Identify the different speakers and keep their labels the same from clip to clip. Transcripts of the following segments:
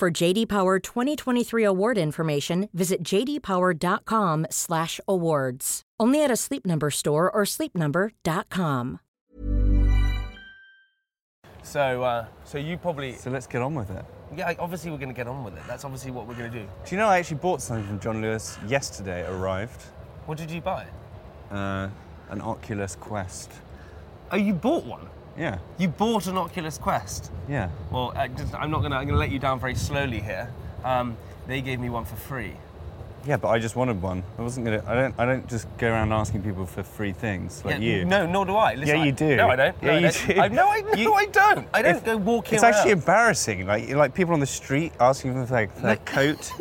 Speaker 1: For JD Power 2023 award information, visit jdpower.com/awards. Only at a Sleep Number store or sleepnumber.com.
Speaker 2: So, uh, so you probably,
Speaker 3: So let's get on with it.
Speaker 2: yeah. like, Obviously, we're going to get on with it. That's obviously what we're going to do.
Speaker 3: Do you know I actually bought something from John Lewis yesterday? It arrived
Speaker 2: What did you buy?
Speaker 3: uh, an Oculus Quest.
Speaker 2: Oh, you bought one.
Speaker 3: Yeah,
Speaker 2: You bought an Oculus Quest.
Speaker 3: yeah.
Speaker 2: Well, uh, just, I'm not going to. I'm going to let you down very slowly here. Um, they gave me one for free.
Speaker 3: Yeah, but I just wanted one. I wasn't gonna. I don't. I don't just go around asking people for free things like
Speaker 2: Yeah,
Speaker 3: you.
Speaker 2: No, nor do I. Listen,
Speaker 3: Yeah,
Speaker 2: I-
Speaker 3: you do.
Speaker 2: No, I don't. No,
Speaker 3: Yeah,
Speaker 2: I
Speaker 3: you
Speaker 2: don't.
Speaker 3: do.
Speaker 2: I, no, I, no,
Speaker 3: You-
Speaker 2: I don't. I don't
Speaker 3: If-
Speaker 2: go walking
Speaker 3: It's actually
Speaker 2: around.
Speaker 3: embarrassing. Like like people on the street asking for like their coat.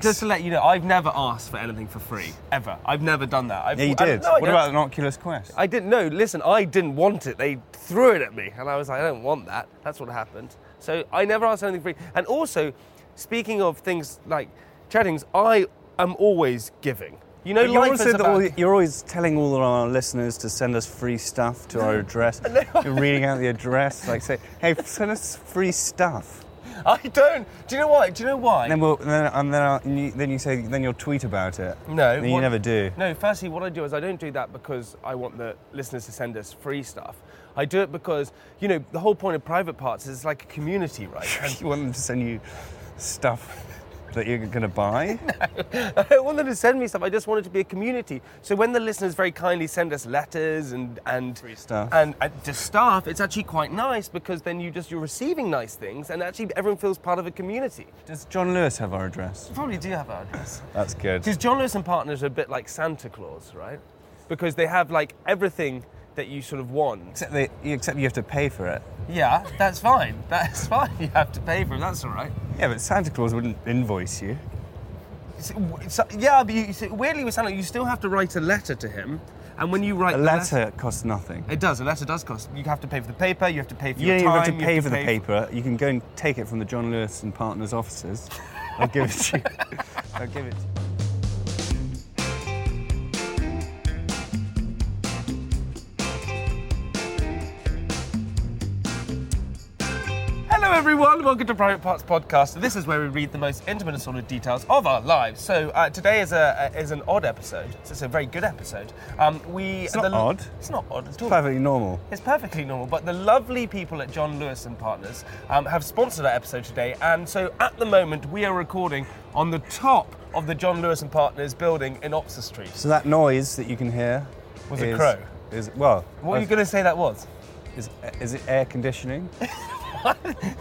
Speaker 2: Just to let you know, I've never asked for anything for free ever. I've never done that. I've,
Speaker 3: Yeah, you
Speaker 2: I-
Speaker 3: did.
Speaker 2: no, I
Speaker 3: what
Speaker 2: don't.
Speaker 3: about an Oculus Quest?
Speaker 2: I didn't know. Listen, I didn't want it. They threw it at me, and I was like, I don't want that. That's what happened. So I never asked anything free. And also, speaking of things like chattings, I am always giving. You know,
Speaker 3: But you
Speaker 2: life
Speaker 3: also
Speaker 2: is
Speaker 3: the-
Speaker 2: about.
Speaker 3: all- you're always telling all of our listeners to send us free stuff to our address. You're reading out the address, like say, "Hey, send us free stuff."
Speaker 2: I don't. Do you know why? Do you know why?
Speaker 3: And then we'll, and then, and then, I'll, and you, then you say, then you'll tweet about it.
Speaker 2: No,
Speaker 3: Then you
Speaker 2: what-
Speaker 3: never do.
Speaker 2: No, firstly, what I do is I don't do that because I want the listeners to send us free stuff. I do it because, you know, the whole point of private parts is it's like a community, right? And
Speaker 3: You want them to send you stuff that you're going to buy?
Speaker 2: I don't want them to send me stuff. I just want it to be a community. So when the listeners very kindly send us letters and and free
Speaker 3: stuff.
Speaker 2: and, and just stuff, it's actually quite nice because then you just you're receiving nice things and actually everyone feels part of a community.
Speaker 3: Does John Lewis have our address?
Speaker 2: Probably do have our address.
Speaker 3: That's good.
Speaker 2: Because John Lewis and Partners are a bit like Santa Claus, right? Because they have like everything that you sort of want.
Speaker 3: Except, they, you- except you have to pay for it.
Speaker 2: Yeah, that's fine. That's fine. You have to pay for it. That's all right.
Speaker 3: Yeah, but Santa Claus wouldn't invoice you.
Speaker 2: So, w- so- yeah, but you, you see, weirdly with Santa, you still have to write a letter to him, and when you write
Speaker 3: A
Speaker 2: the
Speaker 3: letter costs nothing.
Speaker 2: it does. A letter does cost. You have to pay for the paper. You have to pay for
Speaker 3: You
Speaker 2: your
Speaker 3: don't even
Speaker 2: time.
Speaker 3: have to pay for the paper. You can go and take it from the John Lewis and Partners offices. I'll give it to you. I'll give it to you.
Speaker 2: Hello, everyone. Welcome to Private Parts Podcast. This is where we read the most intimate and sort of details of our lives. So uh, today is a is an odd episode. So it's a very good episode. Um, we it's
Speaker 3: not odd.
Speaker 2: It's not odd at all.
Speaker 3: Perfectly normal.
Speaker 2: It's perfectly normal, but the lovely people at John Lewis and Partners um, have sponsored our episode today, and so at the moment we are recording on the top of the John Lewis and Partners building in Oxford Street.
Speaker 3: So that noise that you can hear
Speaker 2: Was a
Speaker 3: is-
Speaker 2: crow.
Speaker 3: Is well.
Speaker 2: What are you
Speaker 3: I've-
Speaker 2: going to say that was?
Speaker 3: Is, is it air conditioning?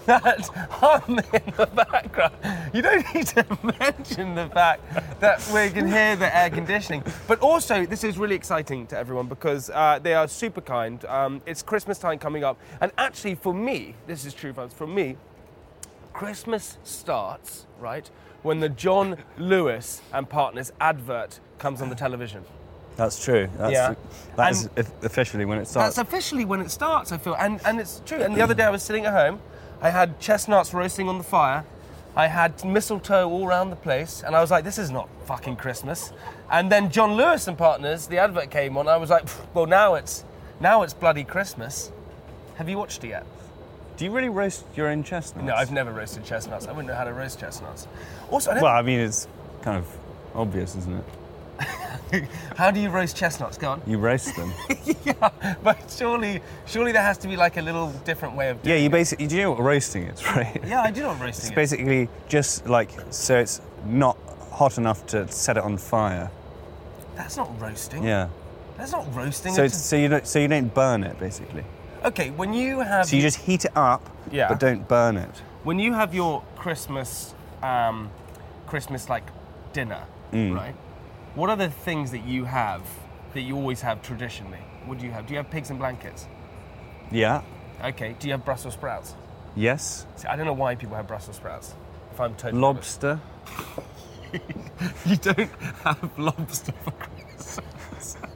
Speaker 2: That hum in the background. You don't need to mention the fact that we can hear the air conditioning. But also, this is really exciting to everyone because uh, they are super kind. Um, it's Christmas time coming up, and actually, for me, this is true, folks, for me, Christmas starts, right, when the John Lewis and Partners advert comes on the television.
Speaker 3: That's true. That's,
Speaker 2: Yeah.
Speaker 3: That is
Speaker 2: And-
Speaker 3: o- officially when it starts.
Speaker 2: That's officially when it starts, I feel. And, and it's true. And the other day I was sitting at home, I had chestnuts roasting on the fire, I had mistletoe all around the place, and I was like, this is not fucking Christmas. And then John Lewis and Partners, the advert came on, I was like, "Pfft, well, now it's, now it's bloody Christmas. Have you watched it yet?
Speaker 3: Do you really roast your own chestnuts?
Speaker 2: No, I've never roasted chestnuts. I wouldn't know how to roast chestnuts. Also, I don't
Speaker 3: Well, I mean, it's kind of obvious, isn't it?
Speaker 2: how do you roast chestnuts? Go on.
Speaker 3: You roast them.
Speaker 2: yeah, but surely, surely there has to be like a little different way of. doing
Speaker 3: yeah, you basically. Do you know what roasting is, right?
Speaker 2: it. Yeah, I do know what roasting.
Speaker 3: It's
Speaker 2: is.
Speaker 3: basically just like so it's not hot enough to set it on fire.
Speaker 2: That's not roasting.
Speaker 3: Yeah.
Speaker 2: That's not roasting.
Speaker 3: So
Speaker 2: it's
Speaker 3: it's, so you don't so you don't burn it basically.
Speaker 2: just- okay, when you have
Speaker 3: So you just heat it up,
Speaker 2: Yeah.
Speaker 3: but don't burn it.
Speaker 2: when you have your Christmas um, Christmas like dinner,
Speaker 3: Mm.
Speaker 2: right? What are the things that you have that you always have traditionally? What do you have? Do you have pigs and blankets?
Speaker 3: Yeah.
Speaker 2: Okay. Do you have Brussels sprouts?
Speaker 3: Yes.
Speaker 2: See, I don't know why people have Brussels sprouts. if I'm totally
Speaker 3: Lobster.
Speaker 2: You don't have lobster for Christmas.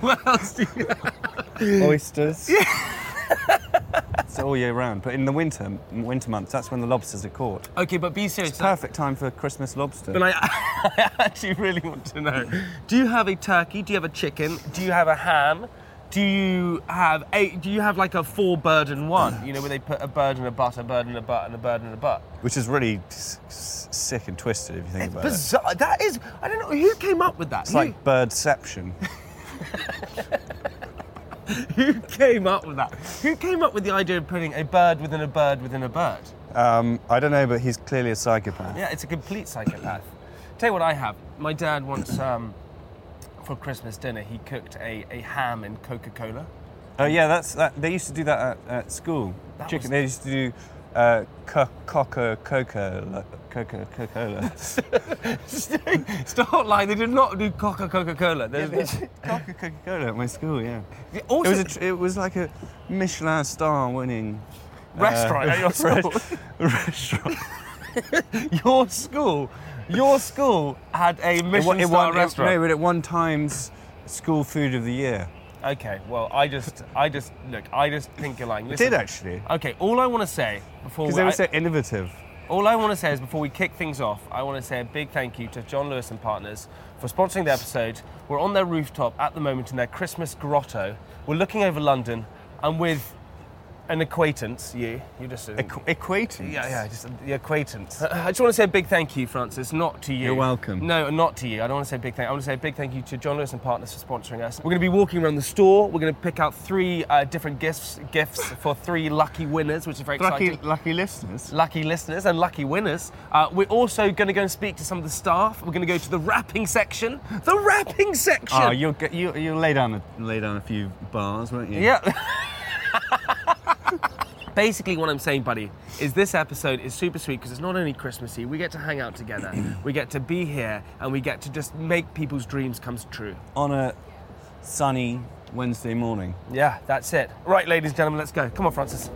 Speaker 2: what else do you have?
Speaker 3: Oysters. it's all year round, but in the winter, in winter months, that's when the lobsters are caught.
Speaker 2: Okay, but be serious.
Speaker 3: It's perfect time for Christmas lobster.
Speaker 2: And I, I actually really want to know. Do you have a turkey? Do you have a chicken? Do you have a ham? Do you have a? Do you have like a four bird and one? You know, where they put a bird and a butt, a bird and a butt, and a bird and a butt.
Speaker 3: which is really s- s- sick and twisted if you think about it.
Speaker 2: Bizarre. That is. I don't know who came up with that.
Speaker 3: It's like birdception.
Speaker 2: who, who came up with that? Who came up with the idea of putting a bird within a bird within a bird?
Speaker 3: Um, I don't know, but he's clearly a psychopath.
Speaker 2: Yeah, it's a complete psychopath. Tell you what I have. My dad once, um, for Christmas dinner, he cooked a, a ham and Coca Cola.
Speaker 3: Oh yeah, that's that. They used to do that at, at school.
Speaker 2: That was-
Speaker 3: Chicken. They used to do uh, co- coca coca coca cola.
Speaker 2: Start like they did not do Coca Coca Cola.
Speaker 3: coca coca cola at my school. Yeah. It
Speaker 2: Also,
Speaker 3: was a, tr- it was like a Michelin star winning
Speaker 2: Restaurant at your school.
Speaker 3: restaurant.
Speaker 2: your school, your school had a
Speaker 3: It wa-
Speaker 2: Michelin
Speaker 3: it
Speaker 2: star
Speaker 3: won- it-
Speaker 2: restaurant.
Speaker 3: no, but it won times school food of the year.
Speaker 2: Okay, well, I just, I just look, I just think you're lying.
Speaker 3: It
Speaker 2: Listen,
Speaker 3: did actually
Speaker 2: Okay, all I want to say before
Speaker 3: because they
Speaker 2: Oh,
Speaker 3: were
Speaker 2: I-
Speaker 3: so innovative.
Speaker 2: All I want to say is before we kick things off, I want to say a big thank you to John Lewis and Partners for sponsoring the episode. We're on their rooftop at the moment in their Christmas grotto. We're looking over London. I'm with an acquaintance, you. You just.
Speaker 3: Equ- equating.
Speaker 2: yeah, yeah, just the acquaintance. I just want to say a big thank you, Francis, not to you.
Speaker 3: You're welcome.
Speaker 2: No, not to you. I don't want to say a big thank. I want to say a big thank you to John Lewis and Partners for sponsoring us. We're going to be walking around the store. We're going to pick out three uh, different gifts gifts for three lucky winners, which is very
Speaker 3: Lucky,
Speaker 2: exciting
Speaker 3: lucky listeners.
Speaker 2: lucky listeners and lucky winners. Uh, we're also going to go and speak to some of the staff. We're going to go to the wrapping section. The wrapping section.
Speaker 3: Oh, you'll get, you you'll lay down a, lay down a few bars, won't you?
Speaker 2: Yeah. Basically, what I'm saying, buddy, is this episode is super sweet because it's not only Christmassy. We get to hang out together. we get to be here, and we get to just make people's dreams come true.
Speaker 3: On a sunny Wednesday morning.
Speaker 2: Yeah, that's it. Right, ladies and gentlemen, let's go. Come on, Francis.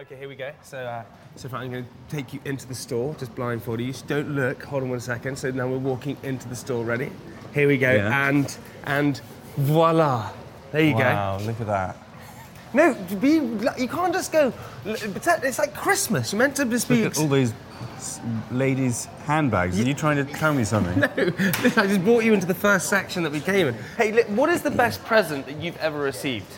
Speaker 2: Okay, here we go. So, uh, so Fran, I'm going to take you into the store, just blindfold you. Just don't look. Hold on one second. So now we're walking into the store. Ready? Here we go.
Speaker 3: Yeah.
Speaker 2: And and voila. There you go.
Speaker 3: Wow, look at that.
Speaker 2: No, be, you can't just go. It's like Christmas. You're meant to just be.
Speaker 3: Look at all those s- ladies' handbags. Are you trying to tell me something?
Speaker 2: I just brought you into the first section that we came in. Hey, look, what is the best present that you've ever received?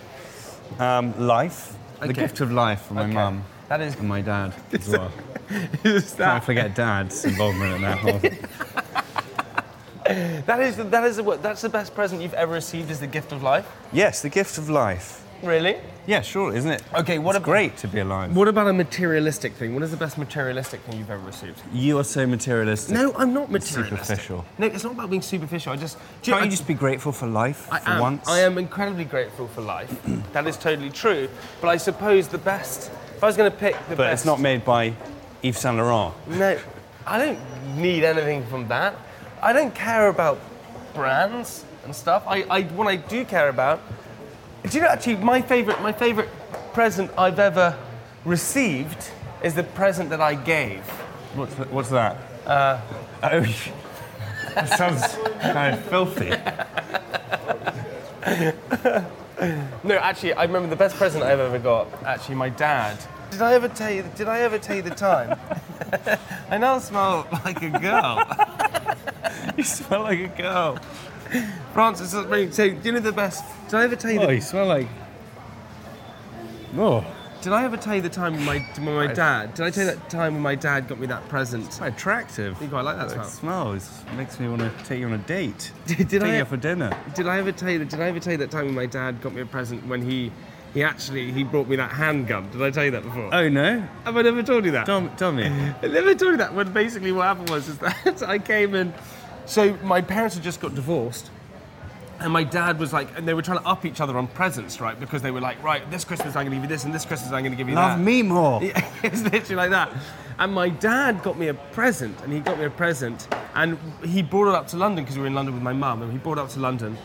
Speaker 3: Um, life.
Speaker 2: Okay.
Speaker 3: The gift of life from my
Speaker 2: Okay.
Speaker 3: mum.
Speaker 2: That is-
Speaker 3: And my dad as well.
Speaker 2: Is
Speaker 3: Can't
Speaker 2: that,
Speaker 3: forget dad's involvement in that whole
Speaker 2: that is that is the, that's the best present you've ever received is the gift of life.
Speaker 3: Yes, the gift of life.
Speaker 2: Really?
Speaker 3: Yeah, sure, isn't it?
Speaker 2: Okay, what
Speaker 3: it's
Speaker 2: ab-
Speaker 3: great to be alive.
Speaker 2: What about a materialistic thing? What is the best materialistic thing you've ever received?
Speaker 3: You are so materialistic.
Speaker 2: No, I'm not
Speaker 3: It's
Speaker 2: materialistic.
Speaker 3: Superficial.
Speaker 2: No, it's not about being superficial. I just do
Speaker 3: Can't
Speaker 2: I-
Speaker 3: you just be grateful for life
Speaker 2: I
Speaker 3: for
Speaker 2: am,
Speaker 3: once?
Speaker 2: I am incredibly grateful for life. that is totally true. But I suppose the best. If I was going to pick the best.
Speaker 3: But it's not made by Yves Saint Laurent.
Speaker 2: No, I don't need anything from that. I don't care about brands and stuff. I, I what I do care about. Do you know actually my favorite my favorite present I've ever received is the present that I gave.
Speaker 3: What's, th- what's that? Uh, oh, that sounds kind of filthy.
Speaker 2: No, actually, I remember the best present I've ever got. Actually, my dad. Did I ever tell you? Did I ever tell you the time? I now smell like a girl. you smell like a girl. Francis, that's really- so do you know the best? Did I ever tell you? the,
Speaker 3: you smell like. Oh,
Speaker 2: Did I ever tell you the time when my, when my dad? Did I tell you that time when my dad got me that present?
Speaker 3: quite attractive.
Speaker 2: You quite like that
Speaker 3: It
Speaker 2: smell.
Speaker 3: smells. Makes me want to take you on a date.
Speaker 2: Did- did
Speaker 3: take
Speaker 2: I-
Speaker 3: you out for dinner.
Speaker 2: Did I ever tell you that? Did I ever tell you that time when my dad got me a present when he, he actually he brought me that handgun? Did I tell you that before?
Speaker 3: Oh no!
Speaker 2: Uh, Have I never told you that?
Speaker 3: Tell, tell me.
Speaker 2: I never told you that. When basically what happened was is that I came in. So my parents had just got divorced, And my dad was like, and they were trying to up each other on presents, right? Because they were like, right, this Christmas I'm going to give you this, and this Christmas I'm going to give you that.
Speaker 3: Love me more.
Speaker 2: Yeah, it's literally like that. And my dad got me a present, and he got me a present, and he brought it up to London because we were in London with my mum, and he brought it up to London.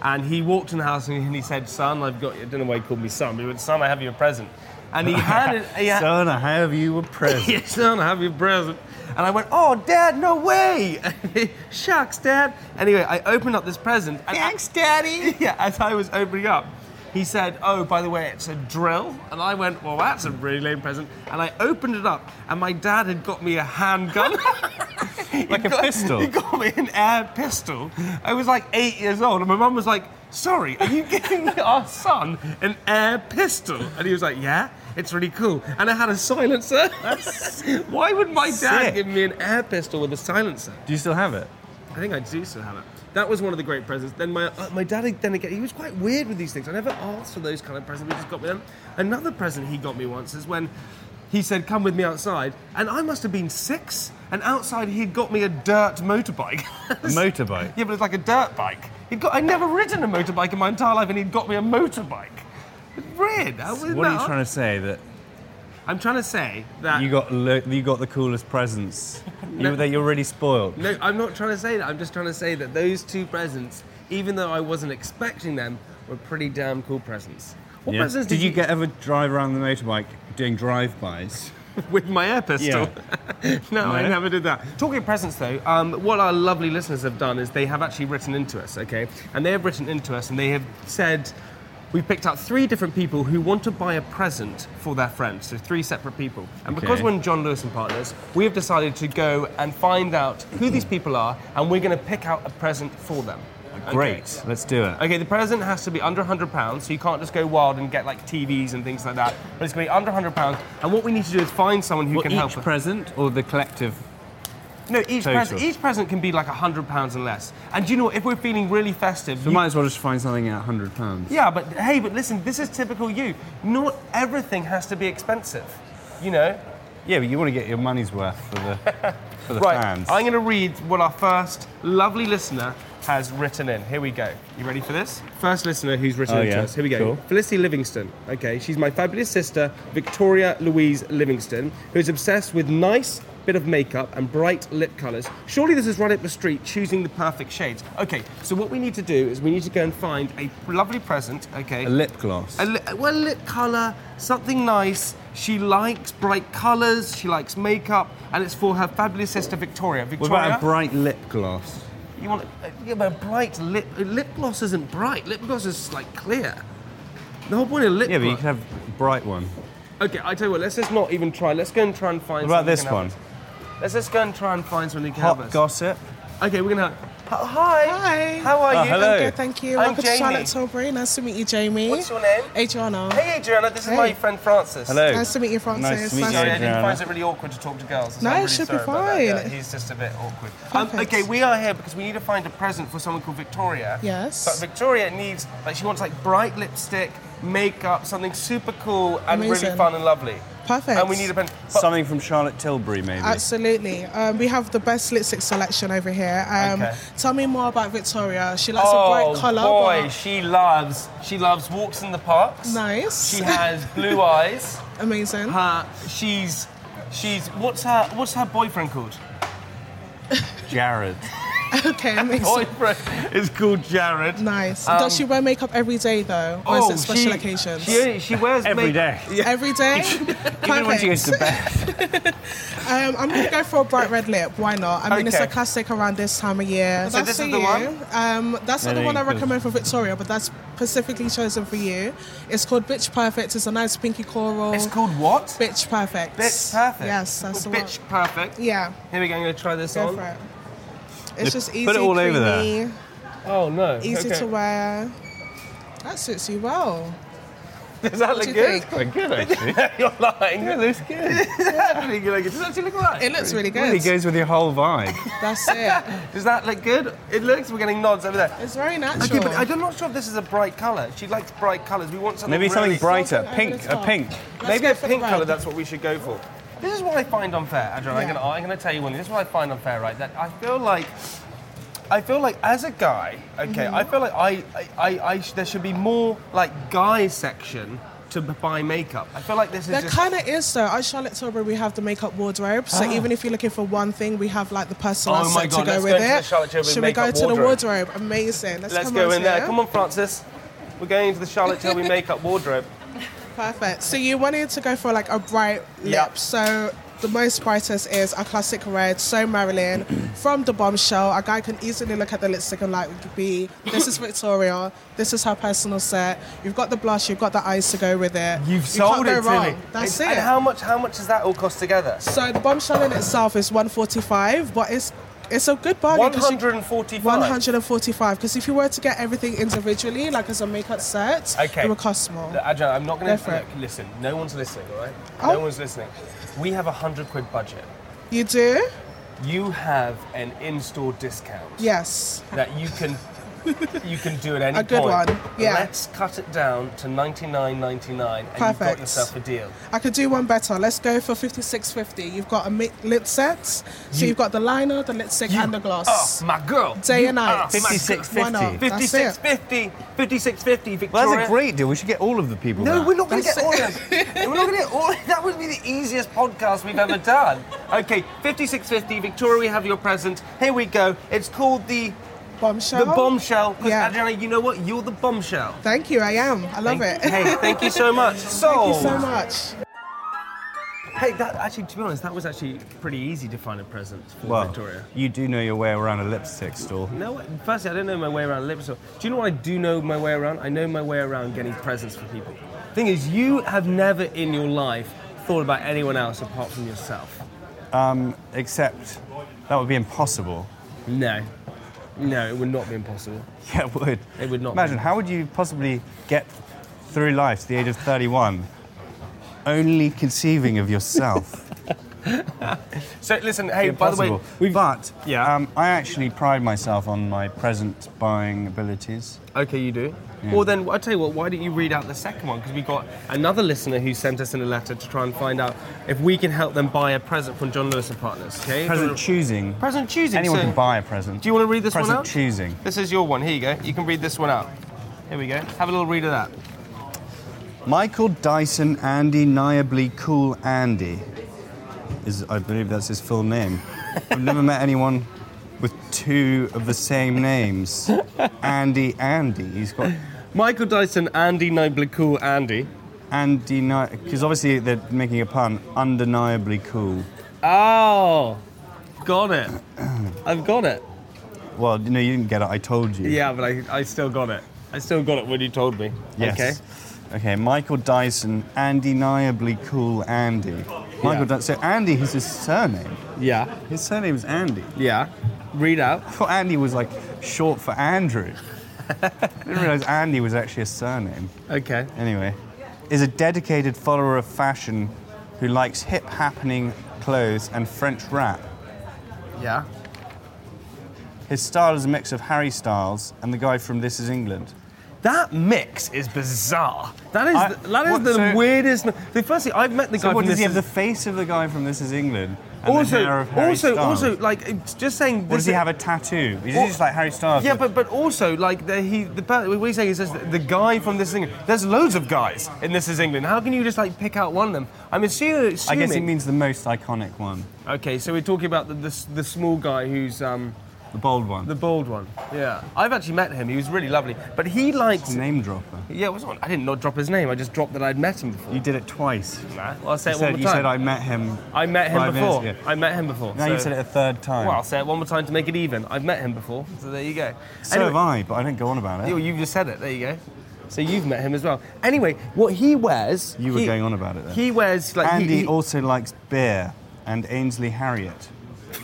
Speaker 2: And he walked in the house and he said, "Son, I've got." You. I don't know why he called me son. But he went, "Son, I have you a present." And he handed. He ha-
Speaker 3: Son, I have you a present.
Speaker 2: yes, son, I have you a present. And I went, "Oh, Dad, no way!" Shucks, Dad. Anyway, I opened up this present. and I-
Speaker 3: Daddy.
Speaker 2: yeah, as I was opening up, he said, Oh, by the way, it's a drill. And I went, Well, that's a really lame present. And I opened it up, and my dad had got me a handgun.
Speaker 3: Like a pistol.
Speaker 2: He got me an air pistol. I was like eight years old, and my mum was like, Sorry, are you giving our son an air pistol? And he was like, Yeah, it's really cool. And I had a silencer. Why would my dad
Speaker 3: sick.
Speaker 2: give me an air pistol with a silencer?
Speaker 3: Do you still have it?
Speaker 2: I think I do still have it. That was one of the great presents. Then my uh, my dad then again he was quite weird with these things. I never asked for those kind of presents. He just got me them. Another present he got me once is when he said, "Come with me outside," and I must have been six. And outside he'd got me a dirt motorbike.
Speaker 3: motorbike?
Speaker 2: yeah, but it's like a dirt bike. He'd got I'd never ridden a motorbike in my entire life, and he'd got me a motorbike. Weird.
Speaker 3: What are you trying to say? That
Speaker 2: I'm trying to say that
Speaker 3: you got lo- you got the coolest presents. you, that you're really spoiled.
Speaker 2: No, I'm not trying to say that. I'm just trying to say that those two presents, even though I wasn't expecting them, were pretty damn cool presents. What
Speaker 3: Yeah.
Speaker 2: presents
Speaker 3: Did, you, get ever drive around the motorbike doing drive-bys?
Speaker 2: with my air pistol? no, I
Speaker 3: No.
Speaker 2: never did that. Talking of presents, though, um, what our lovely listeners have done is they have actually written into us, okay? And they have written into us, and they have said. We picked out three different people who want to buy a present for their friends, so three separate people. And because
Speaker 3: Okay.
Speaker 2: we're in John Lewis and Partners, we have decided to go and find out who these people are, and we're going to pick out a present for them. Okay?
Speaker 3: Great. Let's do it.
Speaker 2: Okay, the present has to be under 100 pounds, so you can't just go wild and get like TVs and things like that. But it's going to be under 100 pounds, and what we need to do is find someone who
Speaker 3: Well,
Speaker 2: can
Speaker 3: each
Speaker 2: help. us.
Speaker 3: present or the collective?
Speaker 2: no, each
Speaker 3: total.
Speaker 2: present, each present can be like 100 pounds and less. And do you know what? If we're feeling really festive,
Speaker 3: We
Speaker 2: you-
Speaker 3: might as well just find something at hundred pounds.
Speaker 2: yeah, but hey, but listen, this is typical you. Not everything has to be expensive, you know.
Speaker 3: Yeah, but you want to get your money's worth for the for the
Speaker 2: Right,
Speaker 3: fans.
Speaker 2: I'm going to read what our first lovely listener has written in. Here we go. You ready for this? First listener who's written
Speaker 3: Oh,
Speaker 2: in to
Speaker 3: yeah.
Speaker 2: us. Here we go.
Speaker 3: Cool.
Speaker 2: Felicity Livingston. Okay, she's my fabulous sister, Victoria Louise Livingston, who is obsessed with nice bit of makeup and bright lip colours. Surely this is right up the street, choosing the perfect shades. Okay, so what we need to do is we need to go and find a lovely present. Okay.
Speaker 3: a lip gloss.
Speaker 2: A li- well, lip colour, something nice. She likes bright colours. She likes makeup, and it's for her fabulous sister Victoria.
Speaker 3: what
Speaker 2: Victoria,
Speaker 3: about a bright lip gloss?
Speaker 2: you want a, yeah, but a bright lip? Lip gloss isn't bright. Lip gloss is like clear. The whole point of lip
Speaker 3: Yeah, but you
Speaker 2: gloss.
Speaker 3: could have a bright one.
Speaker 2: Okay, I tell you what. Let's just not even try. Let's go and try and find.
Speaker 3: What
Speaker 2: something
Speaker 3: about this
Speaker 2: that can
Speaker 3: one?
Speaker 2: help us. Let's just go and try and find something that can help
Speaker 3: Hot
Speaker 2: us.
Speaker 3: gossip.
Speaker 2: Okay, we're gonna. Oh, hi.
Speaker 4: Hi.
Speaker 2: How are
Speaker 3: Oh,
Speaker 2: you?
Speaker 3: hello.
Speaker 4: I'm good, thank you.
Speaker 2: I'm
Speaker 4: Welcome
Speaker 2: Jamie.
Speaker 4: to Charlotte Tilbury. Nice to meet you, Jamie.
Speaker 2: What's your name?
Speaker 4: Adriana.
Speaker 2: Hey, Adriana. This is my
Speaker 4: Hey.
Speaker 2: friend Francis.
Speaker 3: Hello.
Speaker 4: Nice to meet you, Francis.
Speaker 3: Nice to meet
Speaker 4: Nice
Speaker 2: Sorry,
Speaker 3: you,
Speaker 4: to-
Speaker 2: Eddie
Speaker 3: Adriana.
Speaker 2: finds it really awkward to talk to girls. so
Speaker 4: No,
Speaker 2: I'm
Speaker 4: it
Speaker 2: really
Speaker 4: should be
Speaker 2: sorry about that. Yeah,
Speaker 4: fine.
Speaker 2: he's just a bit awkward. Um,
Speaker 4: Perfect.
Speaker 2: okay, we are here because we need to find a present for someone called Victoria.
Speaker 4: Yes.
Speaker 2: But Victoria needs, like, she wants like bright lipstick, makeup, something super cool and really
Speaker 4: Amazing.
Speaker 2: fun and lovely.
Speaker 4: Perfect.
Speaker 2: And we need a pen. but-
Speaker 3: Something from Charlotte Tilbury, maybe.
Speaker 4: Absolutely. Um, we have the best lipstick selection over here. Um,
Speaker 2: Okay.
Speaker 4: Tell me more about Victoria. She likes a
Speaker 2: oh
Speaker 4: bright colour.
Speaker 2: boy,
Speaker 4: but-
Speaker 2: she loves. She loves walks in the parks.
Speaker 4: Nice.
Speaker 2: She has blue eyes.
Speaker 4: Amazing.
Speaker 2: Uh, she's, she's. What's her? What's her boyfriend called?
Speaker 3: Jared.
Speaker 4: okay, amazing.
Speaker 2: Boyfriend is called Jared.
Speaker 4: Nice.
Speaker 2: Um,
Speaker 4: Does she wear makeup every day though, or Oh, is it special
Speaker 2: Oh, she,
Speaker 4: occasions?
Speaker 2: She, she wears
Speaker 3: Every
Speaker 2: make-
Speaker 3: day.
Speaker 4: Every day.
Speaker 3: Even when she goes
Speaker 4: Perfect.
Speaker 3: to bed.
Speaker 4: Um, I'm gonna go for a bright red lip. Why not? I mean, it's
Speaker 2: Okay.
Speaker 4: a classic around this time of year.
Speaker 2: So
Speaker 4: that's
Speaker 2: this
Speaker 4: for
Speaker 2: is
Speaker 4: you.
Speaker 2: the one?
Speaker 4: Um, that's
Speaker 3: No,
Speaker 4: not
Speaker 3: no,
Speaker 4: the one
Speaker 3: you
Speaker 4: I
Speaker 3: could-
Speaker 4: recommend for Victoria, but that's specifically chosen for you. It's called Bitch Perfect. It's a nice pinky coral.
Speaker 2: It's called what?
Speaker 4: Bitch Perfect.
Speaker 2: Bitch perfect.
Speaker 4: Yes, that's the
Speaker 2: Bitch
Speaker 4: one.
Speaker 2: perfect.
Speaker 4: Yeah,
Speaker 2: Here we go. I'm gonna try this
Speaker 4: go
Speaker 2: on.
Speaker 4: for it. It's just
Speaker 3: put
Speaker 4: easy,
Speaker 3: it all over there.
Speaker 4: creamy,
Speaker 2: Oh no.
Speaker 4: easy
Speaker 2: Okay.
Speaker 4: to wear. That suits you well.
Speaker 2: Does that look
Speaker 4: you
Speaker 2: good?
Speaker 4: think?
Speaker 3: Quite good, actually.
Speaker 2: You're lying.
Speaker 3: Yeah, it looks good.
Speaker 2: Does that look good? Does that actually look alright?
Speaker 4: It looks really good.
Speaker 3: Really goes with your whole vibe.
Speaker 4: That's it.
Speaker 2: Does that look good? It looks. We're getting nods over there.
Speaker 4: It's very natural.
Speaker 2: Okay, but I'm not sure if this is a bright colour. She likes bright colours. We want something.
Speaker 3: Maybe something
Speaker 2: really-
Speaker 3: brighter.
Speaker 4: Something over
Speaker 3: Pink.
Speaker 4: the
Speaker 3: A
Speaker 4: top.
Speaker 3: pink.
Speaker 4: Let's
Speaker 2: Maybe
Speaker 4: go
Speaker 2: a
Speaker 4: for the
Speaker 2: pink
Speaker 4: red.
Speaker 2: colour, that's what we should go for. This is what I find unfair, Adrian. I'm
Speaker 4: Yeah.
Speaker 2: gonna I'm gonna tell you one thing. This is what I find unfair, right? That I feel like I feel like as a guy, okay,
Speaker 4: Mm-hmm.
Speaker 2: I feel like I, I, I, I sh- there should be more like guy section to b- buy makeup. I feel like this is
Speaker 4: There
Speaker 2: just, Ah.
Speaker 4: kind of is though. At Charlotte Tilbury, we have the makeup wardrobe. So even if you're looking for one thing, we have like the personalized
Speaker 2: Oh my
Speaker 4: set
Speaker 2: God,
Speaker 4: to go
Speaker 2: let's
Speaker 4: with
Speaker 2: go into the
Speaker 4: it.
Speaker 2: Charlotte Tilbury
Speaker 4: Should we go
Speaker 2: makeup
Speaker 4: to the
Speaker 2: wardrobe?
Speaker 4: wardrobe? Amazing. Let's,
Speaker 2: let's
Speaker 4: come
Speaker 2: go
Speaker 4: on
Speaker 2: in
Speaker 4: to
Speaker 2: there.
Speaker 4: it.
Speaker 2: Come on, Francis. We're going into the Charlotte Tilbury makeup wardrobe.
Speaker 4: Perfect. So you wanted to go for like a bright
Speaker 2: Yeah.
Speaker 4: lip. So the most brightest is our classic red, so Marilyn from the bombshell. A guy can easily look at the lipstick and like be this is Victoria, this is her personal set. You've got the blush, you've got the eyes to go with it. You
Speaker 2: You've sold
Speaker 4: can't go
Speaker 2: it to
Speaker 4: wrong.
Speaker 2: me.
Speaker 4: That's
Speaker 2: And-
Speaker 4: it.
Speaker 2: And how much? How much does that all cost together?
Speaker 4: so the bombshell in itself is 145, but it's it's a good bargain.
Speaker 2: One
Speaker 4: 'cause you-
Speaker 2: hundred and forty-five.
Speaker 4: 145 because if you were to get everything individually like as a makeup set
Speaker 2: Okay.
Speaker 4: it would cost more
Speaker 2: Look, Ajahn, I'm not going
Speaker 4: Go for
Speaker 2: to
Speaker 4: it.
Speaker 2: listen. No one's listening, all right? No
Speaker 4: Oh.
Speaker 2: one's listening. We have a hundred quid budget.
Speaker 4: you do
Speaker 2: You have an in-store discount
Speaker 4: yes
Speaker 2: that you can you can do at any
Speaker 4: A good
Speaker 2: point.
Speaker 4: one, yeah.
Speaker 2: Let's cut it down to 99.99, and you've got
Speaker 4: Perfect.
Speaker 2: yourself a deal.
Speaker 4: I could do one better. Let's go for 5650. You've got a mi- lip set. So
Speaker 2: You-
Speaker 4: you've got the liner, the lipstick, and the gloss.
Speaker 2: Oh, my girl.
Speaker 4: Day
Speaker 2: You
Speaker 4: and night.
Speaker 2: are my girl.
Speaker 3: 56.50.
Speaker 4: Why not? That's it.
Speaker 2: 56.50, 56.50, Victoria.
Speaker 3: Well, that's a great deal. We should get all of the people.
Speaker 2: No,
Speaker 3: there.
Speaker 2: we're not going to
Speaker 4: That's
Speaker 2: get all of them. We're not going to get all. That would be the easiest podcast we've ever done. Okay, 5650, Victoria, we have your present. Here we go. It's called the
Speaker 4: Bombshell.
Speaker 2: the bombshell. 'cause
Speaker 4: Yeah.
Speaker 2: Adriana, you know what? You're the bombshell.
Speaker 4: Thank you. I am. I love
Speaker 2: Thank-
Speaker 4: it.
Speaker 2: Hey, oh. thank you so much.
Speaker 4: Thank
Speaker 2: Sold.
Speaker 4: you so much.
Speaker 2: Hey, that actually, to be honest, that was actually pretty easy to find a present for
Speaker 3: Well,
Speaker 2: Victoria.
Speaker 3: you do know your way around a lipstick store.
Speaker 2: No, firstly, I don't know my way around lips. Do you know what I do know my way around? I know my way around getting presents for people. Thing is, you have never in your life thought about anyone else apart from yourself.
Speaker 3: Except that would be impossible.
Speaker 2: No, no, it would not be impossible.
Speaker 3: Yeah, it would.
Speaker 2: It would not be.
Speaker 3: Imagine how would you possibly get through life to the age of 31 only conceiving of yourself?
Speaker 2: So listen, hey, by the way,
Speaker 3: Impossible. but
Speaker 2: Yeah.
Speaker 3: um, I actually pride myself on my present buying abilities.
Speaker 2: okay, you do. Well, then I tell you what. Why don't you read out the second one? Because we got another listener who sent us in a letter to try and find out if we can help them buy a present from John Lewis and Partners. Okay,
Speaker 3: Present choosing.
Speaker 2: present choosing.
Speaker 3: Anyone
Speaker 2: so-
Speaker 3: can buy a present.
Speaker 2: Do you want to read this one
Speaker 3: present
Speaker 2: out?
Speaker 3: choosing.
Speaker 2: This is your one. Here you go. You can read this one out. Here we go. Have a little read of that.
Speaker 3: Michael Dyson Undeniably Cool Andy is, I believe that's his full name. I've never met anyone with two of the same names. Andy Andy. He's got
Speaker 2: Michael Dyson, Andy Nobly Cool Andy.
Speaker 3: Andy because obviously they're making a pun. Undeniably cool.
Speaker 2: Oh, got it. I've got it.
Speaker 3: Well, no, you didn't get it. I told you.
Speaker 2: Yeah, but I, I still got it. I still got it when you told me. Okay.
Speaker 3: Yes. Okay. Michael Dyson, undeniably cool Andy.
Speaker 2: Yeah.
Speaker 3: Michael Dyson. So Andy is his surname.
Speaker 2: Yeah.
Speaker 3: His surname is Andy.
Speaker 2: Yeah. Read out.
Speaker 3: I thought Andy was like short for Andrew. I didn't realize Andy was actually a surname.
Speaker 2: Okay.
Speaker 3: Anyway, is a dedicated follower of fashion who likes hip happening clothes and French rap.
Speaker 2: Yeah.
Speaker 3: His style is a mix of Harry Styles and the guy from This Is England.
Speaker 2: That mix is bizarre. That is
Speaker 3: I-
Speaker 2: the, that is
Speaker 3: what-
Speaker 2: the
Speaker 3: so-
Speaker 2: weirdest. So firstly, I've met the guy.
Speaker 3: So what
Speaker 2: from
Speaker 3: does he
Speaker 2: This
Speaker 3: have? The face of the guy from This Is England and the hair
Speaker 2: also,
Speaker 3: of Harry
Speaker 2: also,
Speaker 3: Styles.
Speaker 2: also, like it's just saying.
Speaker 3: What does
Speaker 2: this
Speaker 3: he
Speaker 2: is-
Speaker 3: have a tattoo? Is he
Speaker 2: Or-
Speaker 3: just like Harry Styles?
Speaker 2: Yeah,
Speaker 3: with-
Speaker 2: but but also like the he the per- what he's saying is this, the guy from This Is England. There's loads of guys in This Is England. How can you just like pick out one of them? I'm assu-
Speaker 3: I
Speaker 2: assuming.
Speaker 3: guess he means the most iconic one,
Speaker 2: Okay, so we're talking about the the, s- the small guy who's um
Speaker 3: the bold one,
Speaker 2: the
Speaker 3: the
Speaker 2: bald one. Yeah, I've actually met him. He was really lovely, but he liked.
Speaker 3: name dropper.
Speaker 2: Yeah, it was on. I didn't not drop his name. I just dropped that I'd met him before.
Speaker 3: You did it twice. You
Speaker 2: Nah, well, I'll say it one
Speaker 3: said,
Speaker 2: more
Speaker 3: you
Speaker 2: time.
Speaker 3: said I met him.
Speaker 2: I met him
Speaker 3: five minutes
Speaker 2: before.
Speaker 3: ago.
Speaker 2: I met him before.
Speaker 3: Now
Speaker 2: so-
Speaker 3: you said it a third time.
Speaker 2: Well, I'll say it one more time to make it even. I've met him before, so there you go.
Speaker 3: so have I, but I don't go on about it.
Speaker 2: You, you just said it. There you go. So you've met him as well. Anyway, what he wears.
Speaker 3: You were
Speaker 2: he-
Speaker 3: going on about it then.
Speaker 2: He wears like. he-
Speaker 3: Andy
Speaker 2: he-
Speaker 3: also likes beer and Ainsley Harriet.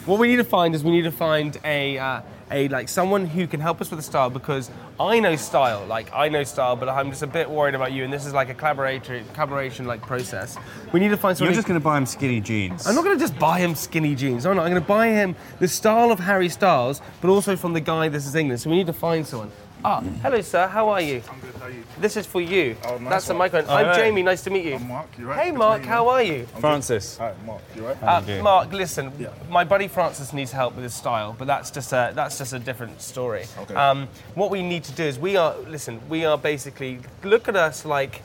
Speaker 2: what we need to find is we need to find a uh, a like someone who can help us with the style because I know style. Like I know style, but I'm just a bit worried about you. And this is like a collaborator collaboration like process. We need to find someone.
Speaker 3: You're
Speaker 2: who-
Speaker 3: just going to buy him skinny jeans.
Speaker 2: I'm not going to just buy him skinny jeans. I'm not. I'm going to buy him the style of Harry Styles, but also from the guy This Is England. So we need to find someone. Ah, hello, sir. How are you?
Speaker 5: I'm good, how are you?
Speaker 2: This is for you.
Speaker 5: Oh, nice
Speaker 2: That's a
Speaker 5: one.
Speaker 2: microphone.
Speaker 3: Oh,
Speaker 2: I'm
Speaker 3: hey.
Speaker 2: Jamie. Nice to meet you.
Speaker 5: I'm Mark, you right?
Speaker 2: Hey,
Speaker 5: Good to
Speaker 2: Mark.
Speaker 5: meet you.
Speaker 2: How are you?
Speaker 3: Francis.
Speaker 5: Hi, Mark, you right?
Speaker 2: Uh,
Speaker 3: doing?
Speaker 2: Mark, listen,
Speaker 5: Yeah.
Speaker 2: my buddy Francis needs help with his style, but that's just a that's just a different story.
Speaker 5: Okay.
Speaker 2: Um, what we need to do is we are listen, we are basically look at us like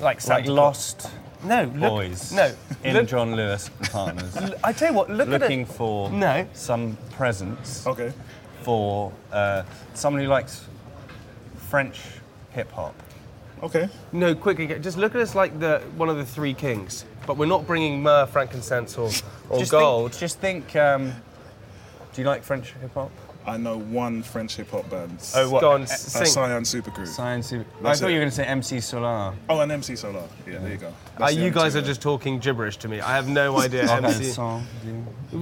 Speaker 2: like Santa
Speaker 3: Like
Speaker 2: Claus.
Speaker 3: lost
Speaker 2: no look,
Speaker 3: boys.
Speaker 2: no
Speaker 3: In
Speaker 2: look,
Speaker 3: John Lewis and Partners.
Speaker 2: I tell you what, look
Speaker 3: looking
Speaker 2: at
Speaker 3: for
Speaker 2: No.
Speaker 3: some presents
Speaker 5: Okay.
Speaker 3: for uh, someone who likes French hip hop.
Speaker 5: Okay.
Speaker 2: it. No, quickly, get- just look at us like the one of the three kings, but we're not bringing myrrh, frankincense, or, or
Speaker 3: Just
Speaker 2: gold.
Speaker 3: Think, just think. Um, do you like French hip hop?
Speaker 5: I know one French hip hop band.
Speaker 3: Oh, what?
Speaker 2: Go on,
Speaker 3: Uh,
Speaker 2: s-
Speaker 5: A
Speaker 2: sing.
Speaker 5: Cyan Supergroup.
Speaker 3: Science. I
Speaker 5: That's
Speaker 3: thought
Speaker 5: it.
Speaker 3: you were going to say MC Solar.
Speaker 5: Oh, and MC Solar. Yeah, there you go.
Speaker 2: Uh,
Speaker 5: That's the
Speaker 2: you
Speaker 5: only
Speaker 2: guys
Speaker 5: two
Speaker 2: are
Speaker 5: there.
Speaker 2: just talking gibberish to me. I have no idea. MC.
Speaker 3: song.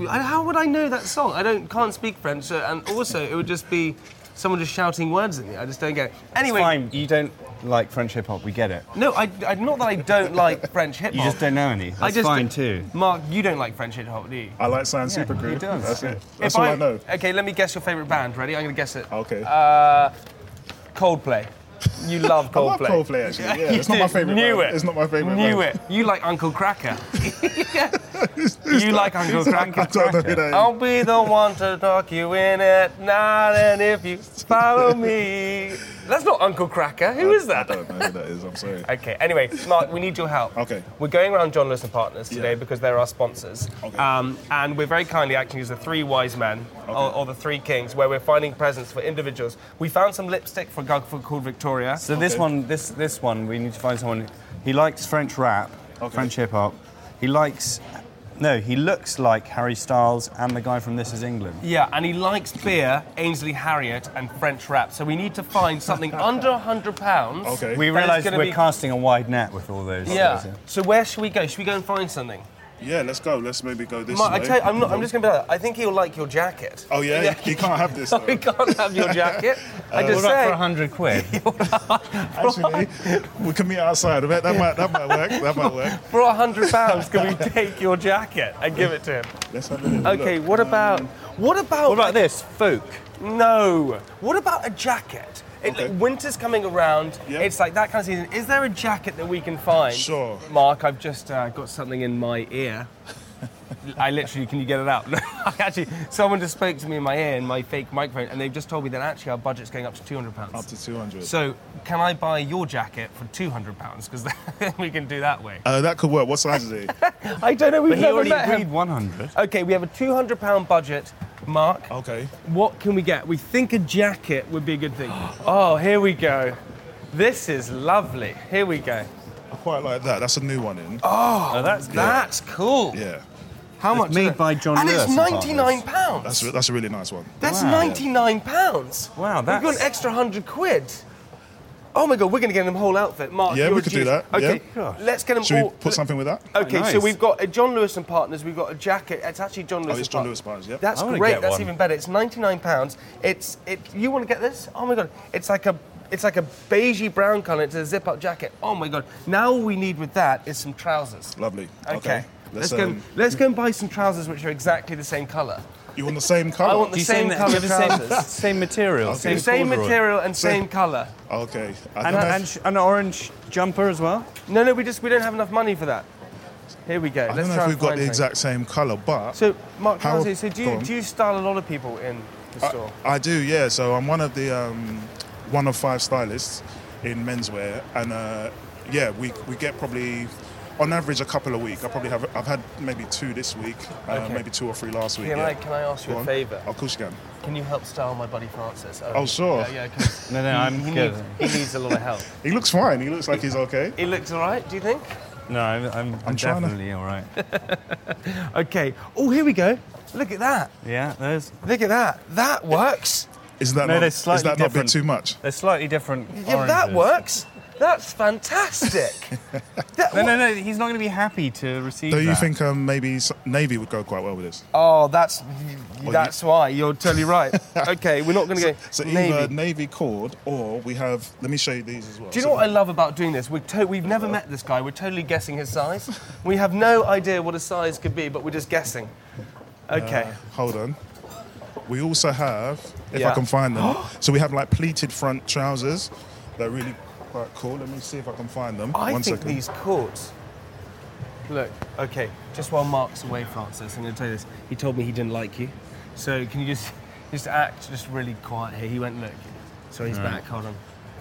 Speaker 2: I- How would I know that song? I don't can't speak French, so, and also it would just be someone just shouting words at me. I just don't get it. Anyway,
Speaker 3: Fine, you don't like French hip hop. We get it.
Speaker 2: no, I, I not that I don't like French hip hop.
Speaker 3: You just don't know any. That's
Speaker 2: I just
Speaker 3: fine too.
Speaker 2: Mark, you don't like French hip hop, do you?
Speaker 5: I like Cyan Supergroup.
Speaker 3: he does.
Speaker 5: That's it.
Speaker 2: If
Speaker 5: That's all I, know. Ah,
Speaker 2: Okay, let me guess your favorite band. Ready? I'm gonna guess it. Uh,
Speaker 5: Okay.
Speaker 2: Coldplay. You love
Speaker 5: I love
Speaker 2: Coldplay.
Speaker 5: Coldplay actually. Yeah,
Speaker 2: You
Speaker 5: it's not my
Speaker 2: do.
Speaker 5: favorite.
Speaker 2: Knew
Speaker 5: band.
Speaker 2: it.
Speaker 5: It's not my favorite.
Speaker 2: Knew
Speaker 5: band.
Speaker 2: it. You like Uncle Cracker. you like Uncle Cracker.
Speaker 5: I don't know who that is.
Speaker 2: I'll be the one to talk you in at night, and if you follow me. That's not Uncle Cracker. Who is
Speaker 5: I
Speaker 2: that?
Speaker 5: don't know who that is. I'm sorry.
Speaker 2: Okay, anyway, Mark, we need your help.
Speaker 5: Okay.
Speaker 2: We're going around John Lewis and Partners today
Speaker 5: Yeah.
Speaker 2: because they're our sponsors.
Speaker 5: Okay.
Speaker 2: Um, and we're very kindly acting as the three wise men, or, or the three kings, where we're finding presents for individuals. We found some lipstick for a girl called Victoria.
Speaker 3: So this
Speaker 5: Okay.
Speaker 3: one, this this one, we need to find someone. He likes French rap,
Speaker 5: Okay.
Speaker 3: French hip hop. He likes. No, he looks like Harry Styles and the guy from This Is England.
Speaker 2: Yeah, and he likes beer, Ainsley Harriet, and French rap. So we need to find something under £100.
Speaker 5: Okay.
Speaker 3: We
Speaker 2: That is
Speaker 3: realise
Speaker 2: gonna
Speaker 3: we're
Speaker 2: be-
Speaker 3: casting a wide net with all those.
Speaker 2: Yeah.
Speaker 3: things,
Speaker 2: So where should we go? Should we go and find something?
Speaker 5: Yeah, let's go. Let's maybe go this
Speaker 2: Mark, I
Speaker 5: way.
Speaker 2: tell you, I'm, not, I'm just going to be like, I think he'll like your jacket.
Speaker 5: Oh yeah, you can't have this.
Speaker 2: So
Speaker 5: Though.
Speaker 2: we can't have your jacket. I
Speaker 3: What
Speaker 2: just
Speaker 3: about
Speaker 2: say.
Speaker 3: for a hundred quid?
Speaker 5: Actually, we can meet outside. That that might that might work. That might work.
Speaker 2: For a hundred pounds, can we take your jacket and give it to him?
Speaker 5: Let's have a little
Speaker 2: Okay.
Speaker 5: look.
Speaker 2: What about? What about?
Speaker 3: What about this folk?
Speaker 2: No. What about a jacket? It,
Speaker 5: Okay.
Speaker 2: winter's coming around.
Speaker 5: Yeah.
Speaker 2: It's like that kind of season. Is there a jacket that we can find?
Speaker 5: Sure.
Speaker 2: Mark, I've just uh, got something in my ear. I literally, can you get it out? I actually, someone just spoke to me in my ear in my fake microphone, and they've just told me that actually our budget's going up to two hundred pounds.
Speaker 5: Up to 200.
Speaker 2: So, can I buy your jacket for two hundred pounds? Because we can do that way.
Speaker 5: uh, that could work. What size is it?
Speaker 2: I don't know. We've
Speaker 3: But he
Speaker 2: never
Speaker 3: already
Speaker 2: met
Speaker 3: agreed
Speaker 2: him.
Speaker 3: 100.
Speaker 2: Okay, we have a two hundred pound budget. Mark,
Speaker 5: Okay.
Speaker 2: what can we get? We think a jacket would be a good thing. oh, here we go. This is lovely. Here we go.
Speaker 5: I quite like that. That's a new one in.
Speaker 3: Oh, that's
Speaker 2: That's cool.
Speaker 5: Yeah.
Speaker 2: How
Speaker 3: It's
Speaker 2: much? is
Speaker 3: made
Speaker 2: it?
Speaker 3: by John
Speaker 2: And it's
Speaker 3: Lewis and
Speaker 2: ninety nine
Speaker 3: partners.
Speaker 2: pounds.
Speaker 5: That's re- that's a really nice one.
Speaker 2: That's
Speaker 3: Wow.
Speaker 2: 99 pounds.
Speaker 3: Wow,
Speaker 2: We've got
Speaker 3: that's-
Speaker 2: an extra 100 quid. Oh my god, we're going to get him the whole outfit. Mark,
Speaker 5: Yeah,
Speaker 2: you're
Speaker 5: we
Speaker 2: a
Speaker 5: could do
Speaker 2: genius.
Speaker 5: that,
Speaker 2: Okay,
Speaker 5: yeah.
Speaker 2: let's get him
Speaker 5: Should we
Speaker 2: all.
Speaker 5: put something with that?
Speaker 2: Okay,
Speaker 3: Oh, Nice.
Speaker 2: so we've got a John Lewis and Partners. We've got a jacket. It's actually John Lewis.
Speaker 5: Oh, it's
Speaker 2: and
Speaker 5: John
Speaker 2: Partners.
Speaker 5: Lewis Bars. Yep.
Speaker 2: That's
Speaker 3: I wanna
Speaker 2: great.
Speaker 3: get
Speaker 2: That's
Speaker 3: one.
Speaker 2: even better. It's 99 pounds. It's it. You want to get this? Oh my god! It's like a it's like a beigey brown colour. It's a zip-up jacket. Oh my god! Now all we need with that is some trousers.
Speaker 5: lovely.
Speaker 2: Okay.
Speaker 5: Let's,
Speaker 2: Let's, go.
Speaker 5: um,
Speaker 2: let's go and buy some trousers which are exactly the same colour.
Speaker 5: You want the same color?
Speaker 2: I want the
Speaker 3: Do you
Speaker 2: same
Speaker 3: same,
Speaker 2: colour
Speaker 3: the same,
Speaker 2: trousers.
Speaker 3: same material,
Speaker 5: Okay.
Speaker 3: same,
Speaker 2: Same
Speaker 3: corduroy.
Speaker 2: material and
Speaker 5: Same-
Speaker 2: same colour.
Speaker 5: Oh, Okay. I
Speaker 3: and,
Speaker 5: think I-
Speaker 3: and sh- an orange jumper as well.
Speaker 2: No, no, we just we don't have enough money for that. Here we go.
Speaker 5: I
Speaker 2: Let's
Speaker 5: don't know
Speaker 2: try
Speaker 5: if
Speaker 2: and
Speaker 5: we've got
Speaker 2: find
Speaker 5: the
Speaker 2: something.
Speaker 5: exact same color, but
Speaker 2: So, Mark,
Speaker 5: How-
Speaker 2: can I say, so do
Speaker 5: go
Speaker 2: you,
Speaker 5: on.
Speaker 2: do you style a lot of people in the store?
Speaker 5: I, I do. Yeah. So I'm one of the um, one of five stylists in menswear, and uh, yeah, we we get probably. On average, a couple a week. I probably have. I've had maybe two this week, uh,
Speaker 2: Okay.
Speaker 5: maybe two or three last week.
Speaker 2: Can
Speaker 5: yeah.
Speaker 2: I- can I ask you
Speaker 5: Go
Speaker 2: a
Speaker 5: on.
Speaker 2: favour?
Speaker 5: Of course you can.
Speaker 2: Can you help style my buddy Francis?
Speaker 5: Oh, sure.
Speaker 2: Yeah, yeah, 'cause
Speaker 3: No, no,
Speaker 2: he-
Speaker 3: I'm
Speaker 2: he,
Speaker 3: good.
Speaker 2: needs, he needs a lot of help.
Speaker 5: He looks fine. He looks like he's okay.
Speaker 2: He looks all right, do you think?
Speaker 3: No, I'm, I'm, I'm
Speaker 5: trying to-
Speaker 3: definitely all right.
Speaker 2: Okay. Oh, here we go. Look at that.
Speaker 3: Yeah, there's
Speaker 2: Look at that. That works.
Speaker 5: Isn't that
Speaker 3: No,
Speaker 5: not,
Speaker 3: they're
Speaker 5: is
Speaker 3: slightly
Speaker 5: that not a bit
Speaker 3: different.
Speaker 5: too much?
Speaker 3: They're slightly different.
Speaker 2: Yeah, that
Speaker 3: oranges.
Speaker 2: works. That's fantastic. That-
Speaker 3: No, no, no. He's not going to be happy to receive
Speaker 5: Don't you
Speaker 3: that.
Speaker 5: think um, maybe s- navy would go quite well with this?
Speaker 2: Oh, that's
Speaker 5: you-
Speaker 2: that's why you're totally right. okay, we're not going to go
Speaker 5: So
Speaker 2: navy.
Speaker 5: either navy cord or we have. Let me show you these as well.
Speaker 2: Do you
Speaker 5: So-
Speaker 2: know what I love about doing this? We're to- we've never met this guy. We're totally guessing his size. We have no idea what a size could be, but we're just guessing. Okay.
Speaker 5: Hold on. We also have, if
Speaker 2: Yeah.
Speaker 5: I can find them, so we have like pleated front trousers. They're really quite cool. Let me see if I can find them.
Speaker 2: I
Speaker 5: One
Speaker 2: think
Speaker 5: second.
Speaker 2: these courts. Look, okay, just while Mark's away, Francis, I'm going to tell you this. He told me he didn't like you. So can you just just act just really quiet here? He went, look. So he's back, hold on.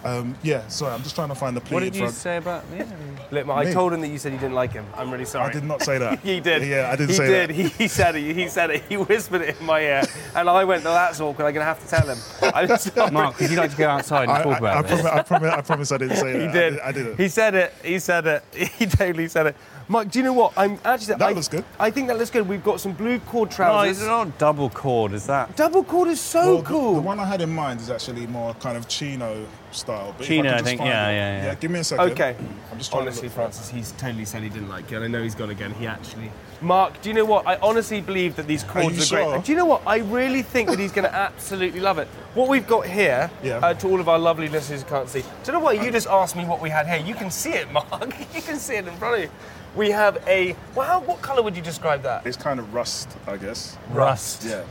Speaker 5: Um, yeah, sorry, I'm just trying to find the pleated
Speaker 6: What did you
Speaker 5: front.
Speaker 6: say about me?
Speaker 2: Look, Mark, I
Speaker 5: Me?
Speaker 2: told him that you said you didn't like him. I'm really sorry.
Speaker 5: I did not say that.
Speaker 2: He did.
Speaker 5: Yeah, I didn't
Speaker 2: he
Speaker 5: say
Speaker 2: did.
Speaker 5: that.
Speaker 2: He, he said it. He said it. He whispered it in my ear, and I went, "No, that's awkward. I'm gonna have to tell him." I'm sorry.
Speaker 6: Mark, would you like to go outside and
Speaker 5: I,
Speaker 6: talk
Speaker 5: I, I,
Speaker 6: about this?
Speaker 5: promise, I, promise, I promise I didn't say
Speaker 2: He
Speaker 5: that.
Speaker 2: did.
Speaker 5: I, did, I
Speaker 2: He
Speaker 5: didn't.
Speaker 2: said it. He said it. He totally said it. Mike, do you know what? I'm actually.
Speaker 5: That
Speaker 2: I,
Speaker 5: looks good.
Speaker 2: I think that looks good. We've got some blue cord
Speaker 6: No,
Speaker 2: trousers.
Speaker 6: it's not double cord, is that?
Speaker 2: Double cord is so
Speaker 5: Well, the-
Speaker 2: Oh, cool.
Speaker 5: The, one I had in mind is actually more kind of chino style. But if
Speaker 6: Chino, I
Speaker 5: can just
Speaker 6: think,
Speaker 5: find
Speaker 6: yeah,
Speaker 5: it-
Speaker 6: yeah, yeah.
Speaker 5: give me a second.
Speaker 2: Okay.
Speaker 5: I'm just trying
Speaker 2: honestly,
Speaker 5: to look for it.
Speaker 2: Francis, he's totally said he didn't like you, and I know he's gone again. He actually. Mark, do you know what? I honestly believe that these chords
Speaker 5: you
Speaker 2: are, great.
Speaker 5: sure?
Speaker 2: Do you know what? I really think that he's going to absolutely love it. What we've got here,
Speaker 5: Yeah.
Speaker 2: uh, to all of our lovely listeners who can't see, do you know what? You just asked me what we had here. You can see it, Mark. You can see it in front of you. We have a. Wow, what colour would you describe that?
Speaker 5: It's kind of rust, I guess.
Speaker 6: Rust.
Speaker 5: Yeah.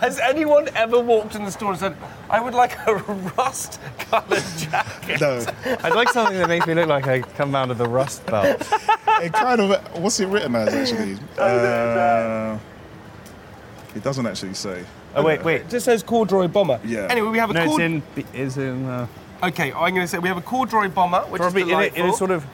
Speaker 2: Has anyone ever walked in the store and said, I would like a rust coloured jacket?
Speaker 5: No,
Speaker 6: I'd like something that makes me look like I come out of the rust belt.
Speaker 5: it kind of. What's it written as actually? Uh, it doesn't actually say.
Speaker 6: Oh wait, wait.
Speaker 2: It just says corduroy bomber.
Speaker 5: Yeah.
Speaker 2: Anyway, we have a
Speaker 6: No, it's
Speaker 2: cord-
Speaker 6: in. It's in. Uh,
Speaker 2: Okay, I'm going to say we have a corduroy bomber, which
Speaker 6: probably
Speaker 2: is
Speaker 6: in a,
Speaker 2: delightful.
Speaker 6: in a sort of.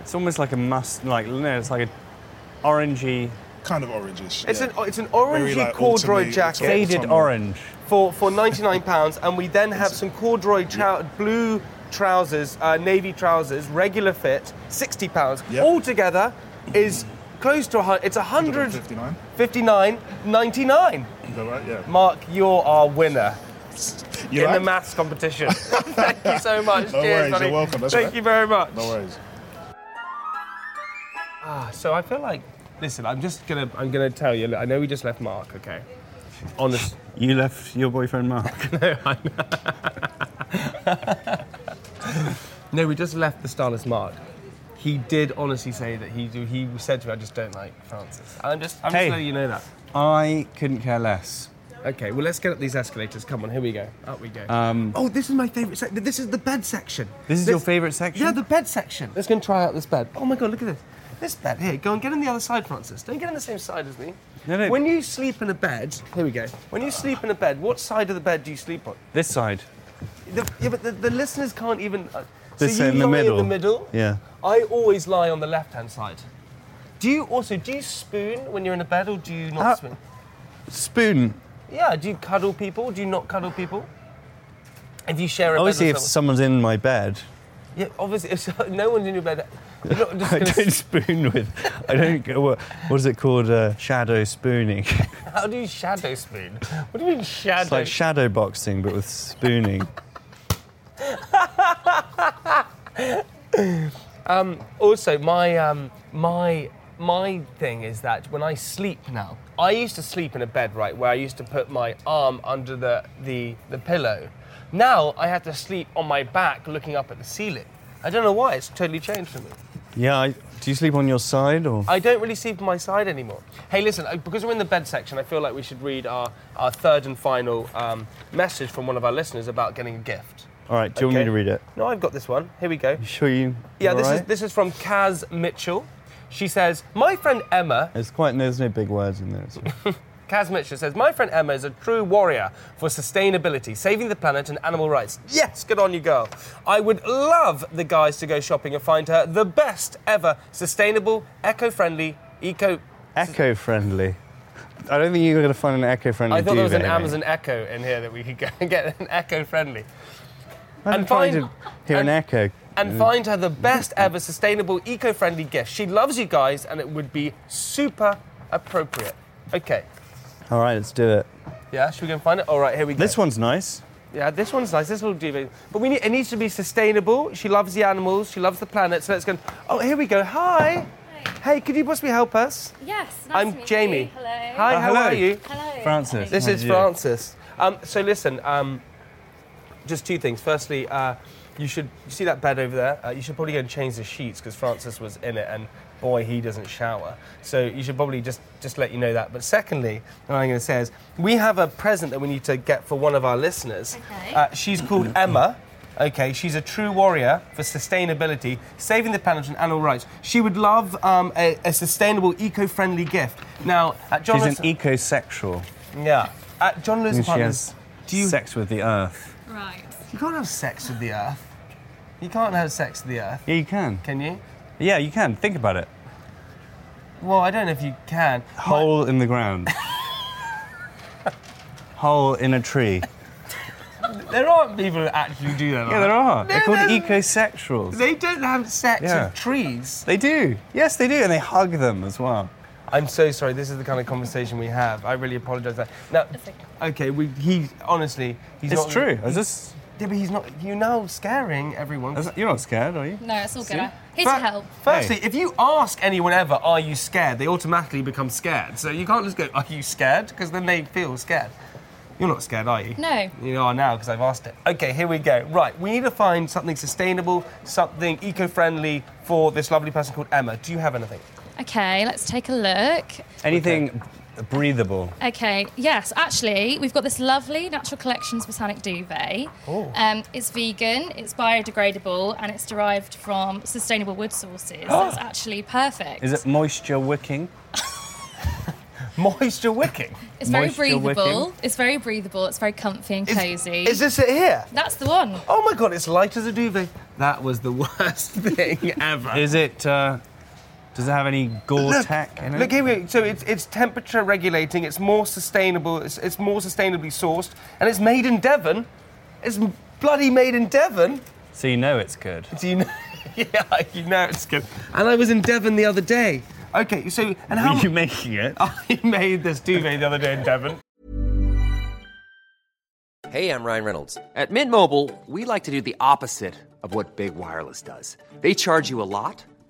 Speaker 6: It's almost like a must. Like no, it's like a orangey,
Speaker 5: Kind of orangish.
Speaker 2: it's
Speaker 5: yeah.
Speaker 2: an it's an orangey
Speaker 5: Very, like,
Speaker 2: corduroy
Speaker 5: autumny-
Speaker 2: jacket
Speaker 5: autumn-
Speaker 6: faded
Speaker 5: somewhere.
Speaker 6: orange.
Speaker 2: for for 99 pounds, and we then have some corduroy trou- blue trousers, uh, navy trousers, regular fit, 60 pounds.
Speaker 5: Yep.
Speaker 2: Altogether, is close to a hundred. It's a hundred.
Speaker 5: 159.
Speaker 2: 59.99.
Speaker 5: Is that right? Yeah.
Speaker 2: Mark, you're our winner
Speaker 5: You
Speaker 2: in
Speaker 5: like?
Speaker 2: the maths competition. Thank you so much.
Speaker 5: No
Speaker 2: Cheers,
Speaker 5: worries,
Speaker 2: buddy.
Speaker 5: you're welcome, that's
Speaker 2: Thank
Speaker 5: all right.
Speaker 2: you very much.
Speaker 5: No worries.
Speaker 2: So I feel like, listen, I'm just gonna, I'm gonna tell you. Look, I know we just left Mark, okay? Honest.
Speaker 6: You left your boyfriend Mark.
Speaker 2: no, we just left the starless Mark. He did honestly say that he he said to me, "I just don't like Francis." I'm just, I'm
Speaker 6: Hey.
Speaker 2: just letting you know that.
Speaker 6: I couldn't care less.
Speaker 2: Okay, well let's get up these escalators. Come on, here we go. Up we go. oh, this is my favourite section. This is the bed section.
Speaker 6: Um, This is your favourite section?
Speaker 2: Yeah, the bed section. Let's go and try out this bed. Oh my god, look at this. This bed here. Go and get on the other side, Francis. Don't get on the same side as me.
Speaker 6: No, no.
Speaker 2: When you sleep in a bed, here we go. When you sleep in a bed, what side of the bed do you sleep on?
Speaker 6: This side.
Speaker 2: The, yeah, but the, the listeners can't even. Uh,
Speaker 3: This
Speaker 2: so you
Speaker 3: in the
Speaker 2: lie
Speaker 3: middle.
Speaker 2: in the middle.
Speaker 3: Yeah.
Speaker 2: I always lie on the left-hand side. Do you also do you spoon when you're in a bed, or do you not
Speaker 3: Uh,
Speaker 2: spoon?
Speaker 3: Spoon.
Speaker 2: Yeah. Do you cuddle people? Do you not cuddle people? If you share a
Speaker 3: Obviously,
Speaker 2: bed
Speaker 3: if
Speaker 2: with
Speaker 3: someone's in my bed,
Speaker 2: someone- yeah, obviously, if so- no one's in your bed, you're not just
Speaker 3: I
Speaker 2: gonna
Speaker 3: don't
Speaker 2: s-
Speaker 3: spoon with. I don't go. What, what is it called? Uh, shadow spooning.
Speaker 2: how do you shadow spoon? What do you mean shadow?
Speaker 3: It's like shadow boxing, but with spooning.
Speaker 2: also, my um, my my thing is that when I sleep now, I used to sleep in a bed right where I used to put my arm under the the, the pillow. Now I have to sleep on my back, looking up at the ceiling. I don't know why it's totally changed for me.
Speaker 3: Yeah. I, do you sleep on your side or?
Speaker 2: I don't really sleep on my side anymore. Hey, listen, uh, because we're in the bed section, I feel like we should read our, our third and final um, message from one of our listeners about getting a gift.
Speaker 3: All right. Do you want me
Speaker 2: Okay.
Speaker 3: to read it?
Speaker 2: No, I've got this one. Here we go.
Speaker 3: You sure you?
Speaker 2: Yeah,
Speaker 3: you
Speaker 2: this is
Speaker 3: alright?
Speaker 2: this is from Kaz Mitchell. She says, "My friend Emma
Speaker 3: It's quite. There's no big words in there. so-
Speaker 2: Kaz Mitchell says, My friend Emma is a true warrior for sustainability, saving the planet and animal rights. Yes, good on you, girl. I would love the guys to go shopping and find her the best ever sustainable, eco friendly, eco.
Speaker 3: Eco-friendly. I don't think you're going to find an eco-friendly.
Speaker 2: I thought there was an
Speaker 3: duvet.
Speaker 2: Amazon Echo in here that we could go and get an eco friendly.
Speaker 3: I'm
Speaker 2: and
Speaker 3: trying
Speaker 2: find-
Speaker 3: to hear
Speaker 2: and-
Speaker 3: an echo.
Speaker 2: And find her the best ever sustainable, eco friendly gift. She loves you guys and it would be super appropriate. Okay.
Speaker 3: All right, let's do it.
Speaker 2: Yeah, should we go and find it? All right, here we go.
Speaker 3: This one's nice.
Speaker 2: Yeah, this one's nice. This little duvet. But we need, it needs to be sustainable. She loves the animals. She loves the planet. So let's go. Oh, here we go. Hi. Hey, could you possibly help us?
Speaker 7: Yes, nice
Speaker 2: I'm
Speaker 7: to meet
Speaker 2: Jamie.
Speaker 7: You. Hello.
Speaker 2: Hi,
Speaker 3: Oh,
Speaker 2: how
Speaker 3: hello.
Speaker 2: are you?
Speaker 7: Hello.
Speaker 3: Francis.
Speaker 2: This
Speaker 3: How
Speaker 2: is
Speaker 3: do you do?
Speaker 2: Francis. Um, so listen, um, just two things. Firstly, uh, you should you see that bed over there. Uh, you should probably go and change the sheets because Francis was in it, and boy, he doesn't shower. So you should probably just just let you know that. But secondly, what I'm going to say is we have a present that we need to get for one of our listeners.
Speaker 7: Okay.
Speaker 2: Uh, she's called Emma. Okay, she's a true warrior for sustainability, saving the planet and animal rights. She would love um, a, a sustainable, eco-friendly gift. Now, at John
Speaker 6: She's an
Speaker 2: Lewis-
Speaker 6: ecosexual.
Speaker 2: yeah, at John Lewis
Speaker 6: and She
Speaker 2: Partners,
Speaker 6: has
Speaker 2: do you
Speaker 6: sex with the earth.
Speaker 7: Right.
Speaker 2: You can't have sex with the Earth. You can't have sex with the Earth,
Speaker 6: Yeah, you can.
Speaker 2: can you?
Speaker 6: Yeah, you can. Think about it.
Speaker 2: Well, I don't know if you can.
Speaker 6: Hole in the ground. Hole in a tree.
Speaker 2: There aren't people who actually do that.
Speaker 6: Yeah, there are. They're called
Speaker 2: there's-
Speaker 6: ecosexuals.
Speaker 2: They don't have sex
Speaker 6: Yeah.
Speaker 2: with trees.
Speaker 6: They do. Yes, they do, and they hug them as well.
Speaker 2: I'm so sorry. This is the kind of conversation we have. I really apologise. for that. Now, okay, we, he honestly, he's
Speaker 6: It's
Speaker 2: not.
Speaker 6: true. I was just.
Speaker 2: Yeah, but he's not. You're now scaring everyone.
Speaker 6: I was- you're not scared, are you?
Speaker 7: No, it's all good.
Speaker 6: See?
Speaker 7: I'm Here to
Speaker 2: Fir-
Speaker 7: help.
Speaker 2: Firstly, if you ask anyone ever, are you scared? They automatically become scared. So you can't just go, are you scared? Because then they feel scared. You're not scared, are you?
Speaker 7: No.
Speaker 2: You are now because I've asked it. Okay, here we go. Right, we need to find something sustainable, something eco friendly for this lovely person called Emma. Do you have anything?
Speaker 7: Okay, let's take a look.
Speaker 6: Anything breathable.
Speaker 7: Okay, yes, actually, we've got this lovely Natural Collections Botanic Duvet.
Speaker 2: Oh.
Speaker 7: Um, it's vegan, it's biodegradable, and it's derived from sustainable wood sources.
Speaker 2: Oh.
Speaker 7: So it's actually perfect.
Speaker 6: Is it moisture wicking?
Speaker 2: Moisture wicking.
Speaker 7: it's very
Speaker 6: moisture wicking?
Speaker 7: breathable. It's very breathable. It's very comfy and
Speaker 2: Is-
Speaker 7: cozy.
Speaker 2: Is, this it here?
Speaker 7: That's the one.
Speaker 2: Oh my god, it's light as a duvet. That was the worst thing ever.
Speaker 6: Is it? Uh, does it have any Gore-Tex in it?
Speaker 2: Look here, we go. so it's, it's temperature regulating. It's more sustainable. It's, it's more sustainably sourced, and it's made in Devon. It's m- bloody made in Devon.
Speaker 6: So you know it's good.
Speaker 2: Do you know? yeah, you know it's good. And I was in Devon the other day. Okay, so and how
Speaker 6: Are you making it?
Speaker 2: I made this duvet the other day in Devon.
Speaker 8: Hey, I'm Ryan Reynolds. At Mint Mobile, we like to do the opposite of what Big Wireless does. They charge you a lot,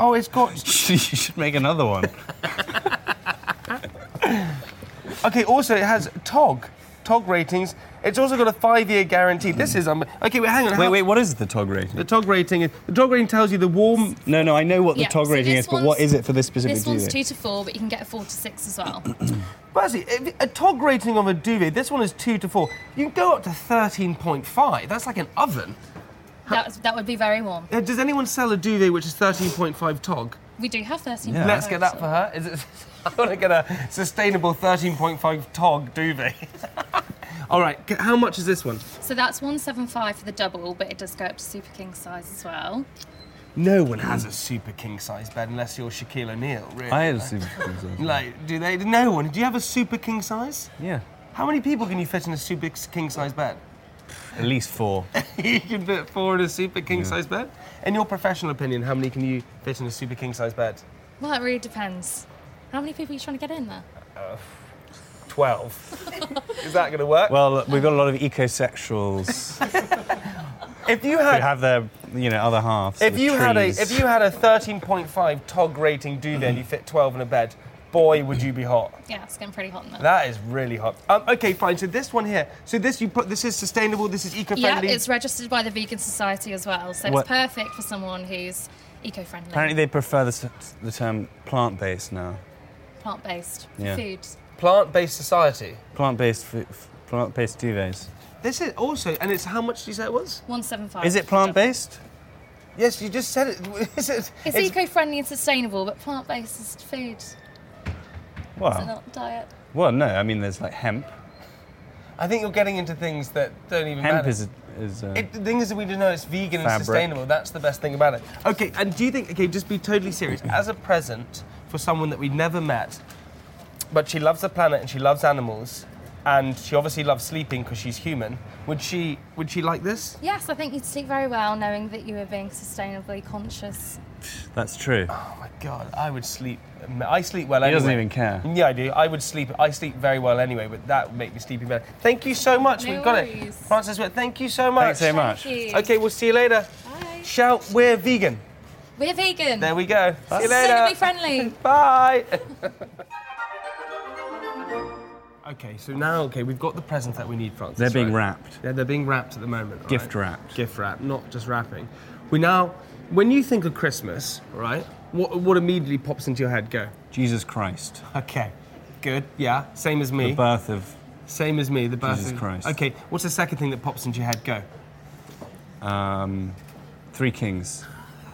Speaker 2: oh, it's got.
Speaker 6: you should make another one.
Speaker 2: Okay, also it has Tog, Tog ratings. It's also got a five-year guarantee. This is um. Okay, wait, hang on.
Speaker 6: wait,
Speaker 2: how-
Speaker 6: wait. What is the tog rating?
Speaker 2: The Tog rating is the Tog rating tells you the warm
Speaker 6: No, no. I know what the
Speaker 7: Yeah,
Speaker 6: tog
Speaker 7: so
Speaker 6: rating
Speaker 7: this
Speaker 6: is, but what
Speaker 7: one's-
Speaker 6: is it for this specific
Speaker 7: This one's
Speaker 6: duvet?
Speaker 7: two to four, but you can get four to six as well.
Speaker 2: Basically, if- a tog rating of a duvet, this one is 2 to 4. You can go up to 13.5. That's like an oven.
Speaker 7: that, was- that would be very warm.
Speaker 2: Uh, Does anyone sell a duvet which is 13.5 tog?
Speaker 7: We do have 13.
Speaker 6: Yeah.
Speaker 2: Let's get that for her. Is it, I want to get a sustainable 13.5 tog duvet. All right, c- how much is this one?
Speaker 7: So that's 175 for the double, but it does go up to super king size as well.
Speaker 2: No one has a super king size bed unless you're Shaquille O'Neal, really.
Speaker 6: I had a super king size.
Speaker 2: Like, do they? No one. Do you have a super king size?
Speaker 6: Yeah.
Speaker 2: How many people can you fit in a super king size bed?
Speaker 6: At least four.
Speaker 2: you can fit four in a super king size bed. In your professional opinion, how many can you fit in a super king size bed?
Speaker 7: Well, it really depends. How many people are you trying to get in there?
Speaker 2: Twelve. Is that going to work?
Speaker 6: Well, we've got a lot of ecosexuals
Speaker 2: if you
Speaker 6: who
Speaker 2: had.
Speaker 6: have their, you know, other halves.
Speaker 2: if
Speaker 6: the
Speaker 2: you had a
Speaker 6: trees.
Speaker 2: if you had a 13.5 tog rating duvet and you fit 12 in a bed, boy would you be hot.
Speaker 7: Yeah, it's getting pretty hot in there.
Speaker 2: That is really hot. Um, okay, fine. So this one here. So this you put this is sustainable. This is
Speaker 7: yeah,
Speaker 2: eco-friendly.
Speaker 7: it's registered by the Vegan Society as well, so
Speaker 6: What-
Speaker 7: it's perfect for someone who's eco-friendly,
Speaker 6: Apparently, they prefer the, s- the term plant-based now.
Speaker 7: plant-based
Speaker 6: Yeah.
Speaker 7: foods.
Speaker 2: plant-based society.
Speaker 6: Plant-based, fu- f- plant-based duvets.
Speaker 2: This is also and it's how much do you say it was?
Speaker 7: 175.
Speaker 6: Is it plant-based?
Speaker 2: Yes, you just said it. Is it?
Speaker 7: It's, eco-friendly and sustainable, but plant-based is food, it's
Speaker 6: Well,
Speaker 7: not diet.
Speaker 6: well, no. I mean, there's like hemp.
Speaker 2: I think you're getting into things that don't even
Speaker 6: Hemp
Speaker 2: matter.
Speaker 6: is a, is. A,
Speaker 2: It, the thing is that we do know it's vegan and
Speaker 6: Fabric.
Speaker 2: sustainable. That's the best thing about it. Okay, and do you think? Okay, just be totally serious. As a present for someone that we never met, but she loves the planet and she loves animals, and she obviously loves sleeping because she's human. Would she? Would she like this?
Speaker 7: Yes, I think you'd sleep very well knowing that you were being sustainably conscious.
Speaker 6: That's true.
Speaker 2: Oh my god, I would sleep. I sleep well.
Speaker 6: He
Speaker 2: anyway.
Speaker 6: doesn't even care.
Speaker 2: Yeah, I do. I would sleep. I sleep very well anyway, but that would make me sleepy better. Thank you so much.
Speaker 7: No
Speaker 2: We've got it,
Speaker 7: worries.
Speaker 2: Francis. well, Oh, Thank you so
Speaker 6: Thanks
Speaker 2: much.
Speaker 6: so much.
Speaker 7: Thank you.
Speaker 2: Okay, we'll see you later.
Speaker 7: Bye.
Speaker 2: Shout, we're vegan.
Speaker 7: We're vegan.
Speaker 2: There we go. See you
Speaker 7: Sustainably
Speaker 2: later.
Speaker 7: friendly.
Speaker 2: Bye. okay, so now, okay, we've got the presents that we need, Francis.
Speaker 3: They're being
Speaker 2: right?
Speaker 3: wrapped.
Speaker 2: Yeah, they're being wrapped at the moment.
Speaker 3: Gift
Speaker 2: right?
Speaker 3: wrapped.
Speaker 2: Gift wrap, not just wrapping. We now, when you think of Christmas, right? What what immediately pops into your head? Go.
Speaker 3: Jesus Christ,
Speaker 2: Okay. Good. Yeah. Same as me.
Speaker 3: the birth of
Speaker 2: Same as me. The birth.
Speaker 3: Jesus
Speaker 2: of-
Speaker 3: Christ.
Speaker 2: Okay. What's the second thing that pops into your head? Go.
Speaker 3: um, three kings,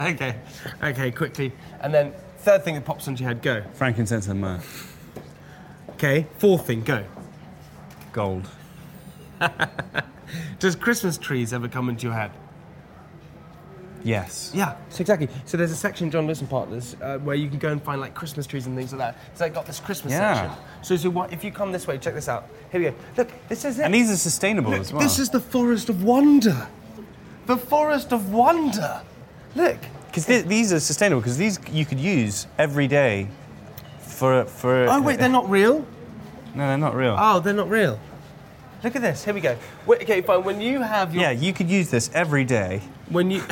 Speaker 2: Okay. Okay. Quickly. And then third thing that pops into your head. Go.
Speaker 3: frankincense and myrrh,
Speaker 2: Okay. Fourth thing. Go.
Speaker 3: gold.
Speaker 2: Does Christmas trees ever come into your head?
Speaker 3: Yes.
Speaker 2: Yeah, so exactly. So there's a section, John Lewis and Partners, uh, where you can go and find like Christmas trees and things like that. So they got this Christmas
Speaker 3: Yeah.
Speaker 2: section. So, so what, if you come this way, check this out. Here we go. Look, this is it.
Speaker 3: And these are sustainable
Speaker 2: Look,
Speaker 3: as well.
Speaker 2: This is the Forest of Wonder. The Forest of Wonder. Look.
Speaker 3: Because these are sustainable. Because these you could use every day for for.
Speaker 2: Oh wait, they're not real.
Speaker 3: No, they're not real.
Speaker 2: Oh, they're not real. Look at this. Here we go. Wait, okay, fine. When you have your
Speaker 3: yeah, you could use this every day.
Speaker 2: when you.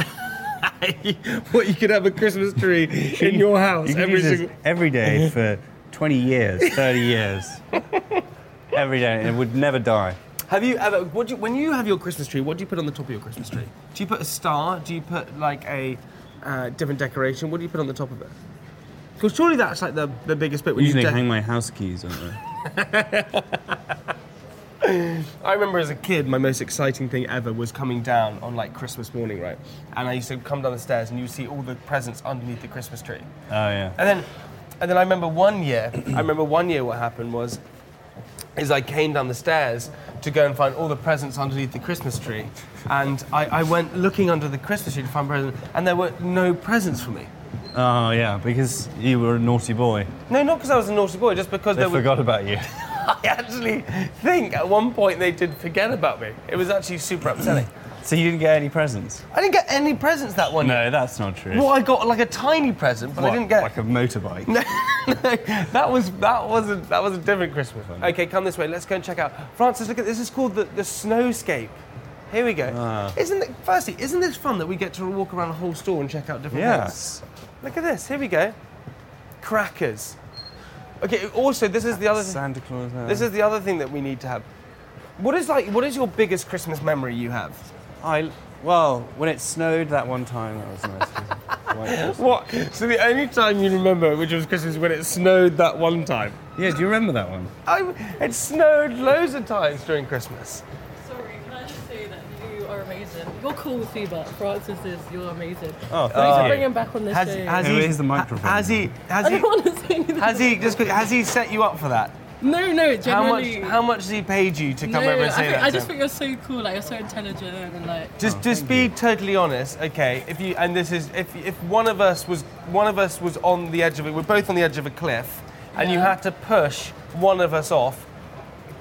Speaker 2: what you could have a Christmas tree in your house
Speaker 3: You could
Speaker 2: every
Speaker 3: use this
Speaker 2: single.
Speaker 3: every day for 20 years, 30 years. every day, and it would never die.
Speaker 2: Have you ever? What do you, when you have your Christmas tree, what do you put on the top of your Christmas tree? Do you put a star? Do you put like a uh, different decoration? What do you put on the top of it? Because surely that's like the, the biggest bit. When
Speaker 3: Usually
Speaker 2: you de-
Speaker 3: hang my house keys on it.
Speaker 2: I remember as a kid, my most exciting thing ever was coming down on like Christmas morning, right? And I used to come down the stairs and you see all the presents underneath the Christmas tree.
Speaker 3: Oh yeah.
Speaker 2: And then, and then I remember one year. I remember one year. What happened was, is I came down the stairs to go and find all the presents underneath the Christmas tree, and I, I went looking under the Christmas tree to find presents, and there were no presents for me.
Speaker 3: Oh yeah, because you were a naughty boy.
Speaker 2: No, not because I was a naughty boy, just because
Speaker 3: They
Speaker 2: there
Speaker 3: forgot about you.
Speaker 2: were. I actually think at one point they did forget about me. It was actually super upsetting.
Speaker 3: So you didn't get any presents.
Speaker 2: I didn't get any presents that one. year.
Speaker 3: No, that's not true.
Speaker 2: Well, I got like a tiny present, but
Speaker 3: What,
Speaker 2: I didn't get
Speaker 3: like a motorbike.
Speaker 2: that was that wasn't that was a different Christmas. Okay, come this way. Let's go and check out Francis. Look at this. Is called the the snowscape. Here we go. Isn't it? Firstly, isn't this fun that we get to walk around the whole store and check out different?
Speaker 3: Yes.
Speaker 2: things? Look at this. Here we go. Crackers. Okay. Also, this is the other. thing.
Speaker 6: Santa Claus. uh,
Speaker 2: This is the other thing that we need to have. What is like? What is your biggest Christmas memory you have?
Speaker 6: I well, when it snowed that one time, that was nice. White Christmas.
Speaker 2: What? So the only time you remember, which was Christmas, when it snowed that one time.
Speaker 6: yeah, do you remember that one?
Speaker 2: I, it snowed loads of times during Christmas.
Speaker 9: Sorry, can I just say that you are amazing. You're cool too, but Francis is you're amazing.
Speaker 6: Oh,
Speaker 9: I need
Speaker 6: thank
Speaker 9: to bring
Speaker 6: you.
Speaker 9: him back on this
Speaker 2: Has,
Speaker 9: show.
Speaker 2: has
Speaker 3: Who
Speaker 2: he,
Speaker 3: is the
Speaker 2: ha-
Speaker 3: microphone?
Speaker 2: Has he? Has
Speaker 9: I don't
Speaker 2: he?
Speaker 9: want to say anything.
Speaker 2: Has he? Just quick, has he set you up for that?
Speaker 9: No, no,
Speaker 2: How
Speaker 9: generally.
Speaker 2: much? How much has he paid you to
Speaker 9: No,
Speaker 2: come over
Speaker 9: I,
Speaker 2: and say
Speaker 9: think,
Speaker 2: that?
Speaker 9: I
Speaker 2: to
Speaker 9: just
Speaker 2: him?
Speaker 9: think you're so cool. Like you're so intelligent and like.
Speaker 2: just, just be totally honest, okay? If you and this is if if one of us was one of us was on the edge of it, we're both on the edge of a cliff, and you
Speaker 9: Yeah.
Speaker 2: had to push one of us off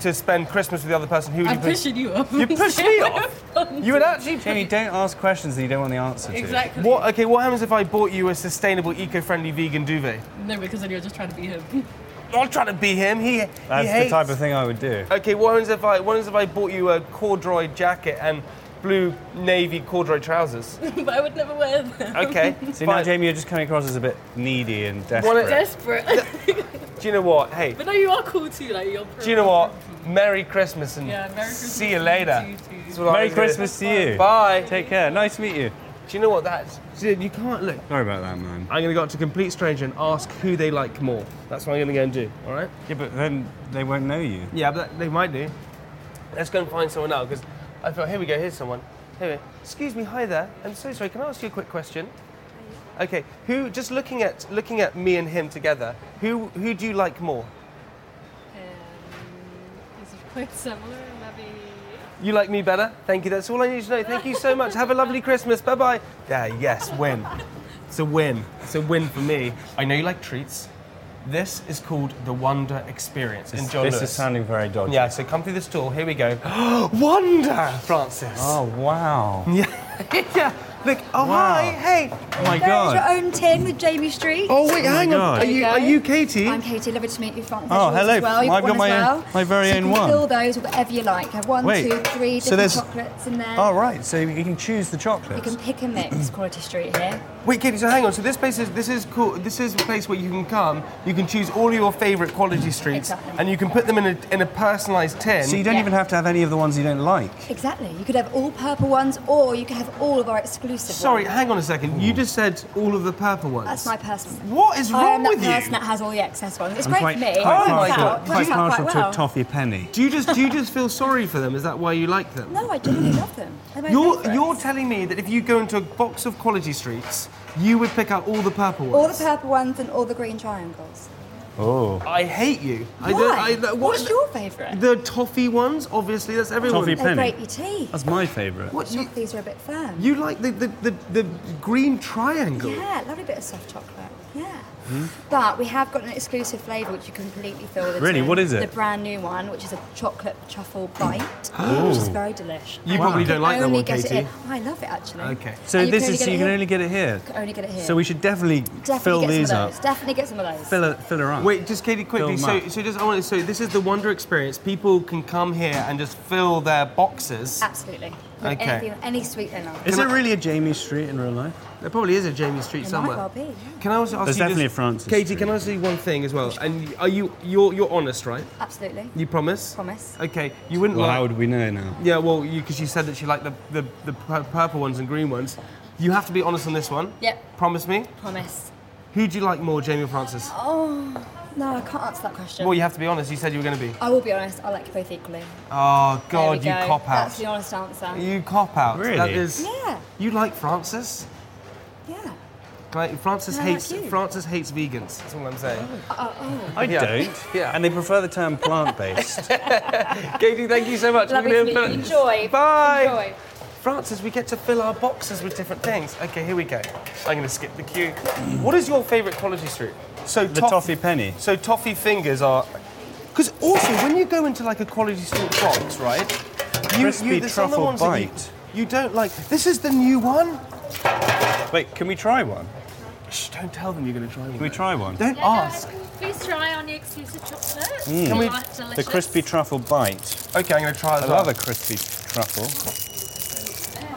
Speaker 2: to spend Christmas with the other person. Who would
Speaker 9: I'm
Speaker 2: you push?
Speaker 9: pushing you off.
Speaker 2: You pushed me off. You would actually.
Speaker 6: Jamie, don't ask questions that you don't want the answer to.
Speaker 9: Exactly.
Speaker 2: What? Okay. What happens if I bought you a sustainable, eco-friendly vegan duvet?
Speaker 9: No, because then you're just trying to be him.
Speaker 2: I'm not trying to be him. He. he
Speaker 6: That's the
Speaker 2: hates-
Speaker 6: type of thing I would do.
Speaker 2: Okay, what happens if I what happens if I bought you a corduroy jacket and blue navy corduroy trousers?
Speaker 9: but I would never wear them.
Speaker 2: Okay.
Speaker 6: See, now
Speaker 2: fine.
Speaker 6: Jamie, you're just coming across as a bit needy and
Speaker 2: Well,
Speaker 6: desperate.
Speaker 2: it-
Speaker 9: Desperate.
Speaker 2: Do you know what? Hey,
Speaker 9: but no, you are cool too. Like you're.
Speaker 2: do you know what? Merry Christmas and
Speaker 9: Yeah, Merry Christmas.
Speaker 2: see you
Speaker 9: to
Speaker 2: later.
Speaker 9: you too.
Speaker 2: That's what I
Speaker 6: Merry
Speaker 2: was gonna-
Speaker 6: Christmas to you.
Speaker 2: Bye.
Speaker 6: Take care. Nice to meet you.
Speaker 2: Do you know what that's dude, you can't look.
Speaker 6: Sorry about that, man.
Speaker 2: I'm gonna go up to a complete stranger and ask who they like more. That's what I'm gonna go and do, alright?
Speaker 6: Yeah, but then they won't know you.
Speaker 2: Yeah, but they might do. Let's go and find someone now, because I thought, here we go, here's someone. Here we Excuse me, hi there. I'm so sorry, can I ask you a quick question? Okay, who, just looking at looking at me and him together, who who do you like more?
Speaker 7: Is it quite similar? Maybe.
Speaker 2: You like me better? Thank you, that's all I need to know. Thank you so much, have a lovely Christmas, bye bye. There, yes, win. It's a win. It's a win for me. I know you like treats. This is called the Wonder Experience.
Speaker 6: This-
Speaker 2: Enjoy
Speaker 6: this is sounding very dodgy.
Speaker 2: Yeah, so come through this door. Here we go. Wonder, Francis.
Speaker 6: Oh wow.
Speaker 2: yeah. Look. Oh
Speaker 6: Wow.
Speaker 2: hi. Hey.
Speaker 6: Oh my god.
Speaker 10: There's your own tin with Jamie Street.
Speaker 2: Oh, wait, Oh my hang on. God. Are
Speaker 10: There
Speaker 2: you-
Speaker 10: go.
Speaker 2: are you Katie?
Speaker 10: I'm Katie. Lovely to meet you, Francis.
Speaker 3: Oh,
Speaker 10: Yours
Speaker 3: hello.
Speaker 10: As well. You've
Speaker 3: I've got
Speaker 10: one
Speaker 3: my
Speaker 10: as
Speaker 3: own-
Speaker 10: well.
Speaker 3: my very
Speaker 10: so
Speaker 3: own
Speaker 10: you can
Speaker 3: one.
Speaker 10: Fill those with whatever you like. Have one,
Speaker 3: Wait,
Speaker 10: two, three different
Speaker 3: so there's-
Speaker 10: chocolates in there.
Speaker 3: Oh, right. So you can choose the
Speaker 10: You
Speaker 3: chocolate.
Speaker 10: can pick and mix. Quality Street here.
Speaker 2: Wait, Katie. So hang on. So this place is this is cool. This is a place where you can come. You can choose all your favourite quality streets,
Speaker 10: Exactly.
Speaker 2: and you can put them in a in a personalised tin.
Speaker 3: So you don't
Speaker 10: Yeah.
Speaker 3: even have to have any of the ones you don't like.
Speaker 10: Exactly. You could have all purple ones, or you could have all of our exclusive.
Speaker 2: Sorry,
Speaker 10: ones.
Speaker 2: hang on a second. You just said all of the purple ones.
Speaker 10: That's my personal.
Speaker 2: What is
Speaker 10: I
Speaker 2: wrong
Speaker 10: am that
Speaker 2: with you?
Speaker 10: person that has all the excess ones. It's great for me. It
Speaker 3: quite
Speaker 10: works
Speaker 3: partial,
Speaker 10: out. It
Speaker 3: quite
Speaker 10: works out
Speaker 3: partial
Speaker 10: quite
Speaker 3: to
Speaker 10: well.
Speaker 3: a toffee penny.
Speaker 2: Do you just do you just feel sorry for them? Is that why you like them?
Speaker 10: No, I genuinely love them. They're my
Speaker 2: You're
Speaker 10: favourites.
Speaker 2: you're telling me that if you go into a box of quality streets, you would pick out all the purple ones.
Speaker 10: all the purple ones and all the green triangles.
Speaker 2: Oh. I hate you. I
Speaker 10: Why?
Speaker 2: don't. I, what-
Speaker 10: What's your favourite?
Speaker 2: The toffee ones, obviously. That's everyone.
Speaker 10: they grate your teeth.
Speaker 2: That's my favourite. What you,
Speaker 10: These are a bit firm.
Speaker 2: you like the, the, the, the green triangle?
Speaker 10: Yeah, lovely bit of soft chocolate. Yeah. But we have got an exclusive flavour which you completely fill the
Speaker 6: Really?
Speaker 10: tin.
Speaker 6: What is it?
Speaker 10: The brand new one, which is a chocolate truffle bite,
Speaker 3: Ah.
Speaker 6: Ooh.
Speaker 10: Oh. which is very delish.
Speaker 6: You
Speaker 10: And
Speaker 6: probably
Speaker 10: can
Speaker 6: don't like that
Speaker 10: only
Speaker 6: one,
Speaker 10: get it
Speaker 6: Katie.
Speaker 10: here. I love it
Speaker 2: Uh,
Speaker 10: actually.
Speaker 6: So
Speaker 10: And
Speaker 6: this
Speaker 10: only
Speaker 6: is
Speaker 10: get
Speaker 6: so
Speaker 10: it
Speaker 6: you can
Speaker 10: here.
Speaker 6: only get it here.
Speaker 10: Can only get it here.
Speaker 6: So we should definitely,
Speaker 10: Definitely
Speaker 6: fill
Speaker 10: get
Speaker 6: these
Speaker 10: some of
Speaker 6: up.
Speaker 10: those. Definitely get some of those.
Speaker 6: Fill it, fill her up.
Speaker 2: Wait, just Katie, quickly.
Speaker 6: Fill 'em
Speaker 2: So, so just I want to. So this is the wonder experience. People can come here and just fill their boxes.
Speaker 10: Absolutely. With
Speaker 2: Okay.
Speaker 10: anything, any sweet they love.
Speaker 6: Is it really a Jamie Street in real life?
Speaker 2: There probably is a Jamie Street
Speaker 10: It
Speaker 2: somewhere.
Speaker 10: might well be. yeah.
Speaker 2: Can I also ask
Speaker 6: There's
Speaker 2: you
Speaker 6: definitely
Speaker 2: just,
Speaker 6: a Francis
Speaker 2: Katie, can I ask you one thing as well? And are you you're you're honest, right?
Speaker 10: Absolutely.
Speaker 2: You promise?
Speaker 10: Promise.
Speaker 2: Okay, you wouldn't
Speaker 6: Well,
Speaker 2: like.
Speaker 6: how would we know now?
Speaker 2: Yeah, well, because you, said that you like the, the, the pur- purple ones and green ones. You have to be honest on this one.
Speaker 10: Yep.
Speaker 2: Promise me.
Speaker 10: Promise.
Speaker 2: Who do you like more, Jamie or Francis?
Speaker 10: Oh no, I can't answer that question.
Speaker 2: Well, you have to be honest. You said you were going to be.
Speaker 10: I will be honest. I like you both equally.
Speaker 2: Oh
Speaker 10: There we
Speaker 2: God, you
Speaker 10: go.
Speaker 2: cop out.
Speaker 10: That's the honest answer.
Speaker 2: You cop out. That
Speaker 6: Really?
Speaker 2: is.
Speaker 10: Yeah.
Speaker 2: You like Francis?
Speaker 10: Yeah.
Speaker 2: Like, Francis
Speaker 10: No, I like
Speaker 2: hates
Speaker 10: you.
Speaker 2: Francis hates vegans. That's all I'm saying.
Speaker 10: Oh, oh.
Speaker 6: I
Speaker 2: Yeah.
Speaker 6: don't. Yeah. And they prefer the term plant-based.
Speaker 2: Katie, thank you so much.
Speaker 10: Lovely
Speaker 2: We're
Speaker 10: to
Speaker 2: gonna
Speaker 10: meet you.
Speaker 2: fill-
Speaker 10: Enjoy.
Speaker 2: Bye.
Speaker 10: Enjoy.
Speaker 2: Francis, we get to fill our boxes with different things. Okay, here we go. I'm going to skip the queue. What is your favourite quality street? So
Speaker 6: The
Speaker 2: toff-
Speaker 6: toffee penny.
Speaker 2: So toffee fingers are. Because also, when you go into like a quality street box, right?
Speaker 6: Crispy
Speaker 2: there's other
Speaker 6: truffle
Speaker 2: ones that you-
Speaker 6: bite.
Speaker 2: You don't like. This is the new one.
Speaker 6: Wait, can we try one?
Speaker 2: Shh, don't tell them you're going to try one.
Speaker 6: Can we try one?
Speaker 2: Don't ask.
Speaker 9: Um, Please try on the exclusive chocolate.
Speaker 6: Mm.
Speaker 9: Can we?
Speaker 6: The crispy truffle bite.
Speaker 2: Okay, I'm going to try as
Speaker 6: I
Speaker 2: well.
Speaker 6: love a crispy truffle.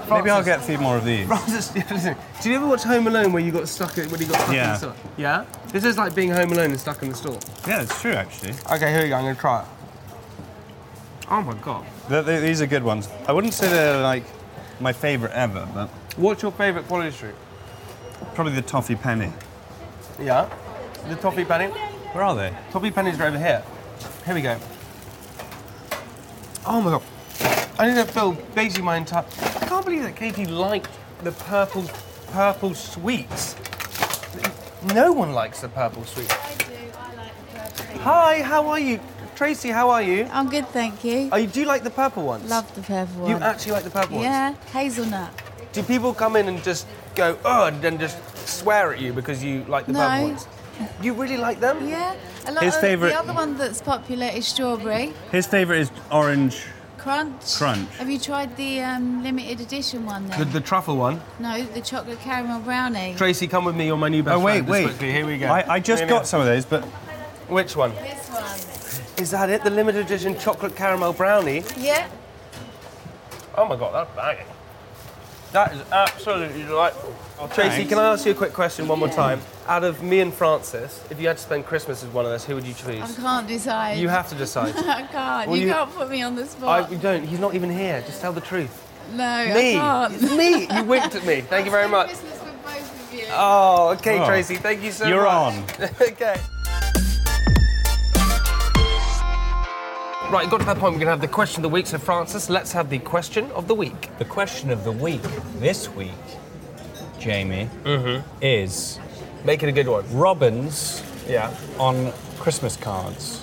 Speaker 6: Maybe I'll get a few more of these.
Speaker 2: Francis, listen. Do you ever watch Home Alone where you got stuck in, when you got stuck in
Speaker 6: Yeah.
Speaker 2: the store? Yeah. This is like being Home Alone and stuck in the store.
Speaker 6: Yeah, it's true actually.
Speaker 2: Okay, here we go. I'm gonna try it. Oh my god.
Speaker 6: Th- th- these are good ones. I wouldn't say they're like my favourite ever, but
Speaker 2: What's your favourite quality street?
Speaker 6: probably the toffee penny.
Speaker 2: Yeah. The toffee penny.
Speaker 6: Where are they?
Speaker 2: Toffee pennies are over here. Here we go. Oh my god. I need to fill basically my entire. I can't believe that Katie liked the purple, purple sweets. No one likes the purple sweets. Hi, how are you? Tracy, how are you?
Speaker 11: I'm good, thank you.
Speaker 2: Are you do you like the purple ones?
Speaker 11: Um, Love the purple one.
Speaker 2: You actually like the purple ones?
Speaker 11: Yeah, hazelnut.
Speaker 2: Do people come in and just go, oh, and then just swear at you because you like the
Speaker 11: No.
Speaker 2: purple ones? You really like them?
Speaker 11: Yeah. A lot
Speaker 6: His
Speaker 11: of,
Speaker 6: favourite-
Speaker 11: The other one that's popular is strawberry
Speaker 6: His favourite is orange.
Speaker 11: crunch.
Speaker 6: Crunch.
Speaker 11: Have you tried the um, limited edition one then?
Speaker 2: The, the truffle one.
Speaker 11: no, the chocolate caramel brownie.
Speaker 2: Tracy, come with me. You're my new best
Speaker 6: Oh, wait,
Speaker 2: friend.
Speaker 6: wait.
Speaker 2: Just quickly. Here we go.
Speaker 6: I, I just
Speaker 2: Here we
Speaker 6: got
Speaker 2: go.
Speaker 6: some of those, but
Speaker 2: Which one?
Speaker 11: This one.
Speaker 2: Is that it? The limited edition chocolate caramel brownie?
Speaker 11: Yeah.
Speaker 2: Oh my god, that's banging. That is absolutely delightful. Tracy,
Speaker 6: thanks.
Speaker 2: can I ask you a quick question one more time? Out of me and Francis, if you had to spend Christmas with one of us, who would
Speaker 11: I
Speaker 2: you choose?
Speaker 11: can't decide.
Speaker 2: You have to decide.
Speaker 11: I can't.
Speaker 2: Well,
Speaker 11: you,
Speaker 2: you-
Speaker 11: can't put me on the
Speaker 2: I
Speaker 11: spot.
Speaker 2: we don't. He's not even here. Just tell the truth.
Speaker 11: no,
Speaker 2: me.
Speaker 11: I
Speaker 2: It's
Speaker 11: can't.
Speaker 2: me. You winked at me. Thank you very much.
Speaker 11: Christmas with both of you.
Speaker 2: Oh, okay,
Speaker 6: Oh.
Speaker 2: Tracy. Thank you so
Speaker 6: You're
Speaker 2: much. okay. Right, got to that point. We're going to have the question of the week. So, Francis, let's have the question of the week.
Speaker 6: the question of the week this week, Jamie, is
Speaker 2: Make it a good one.
Speaker 6: robins
Speaker 2: Yeah.
Speaker 6: on Christmas cards.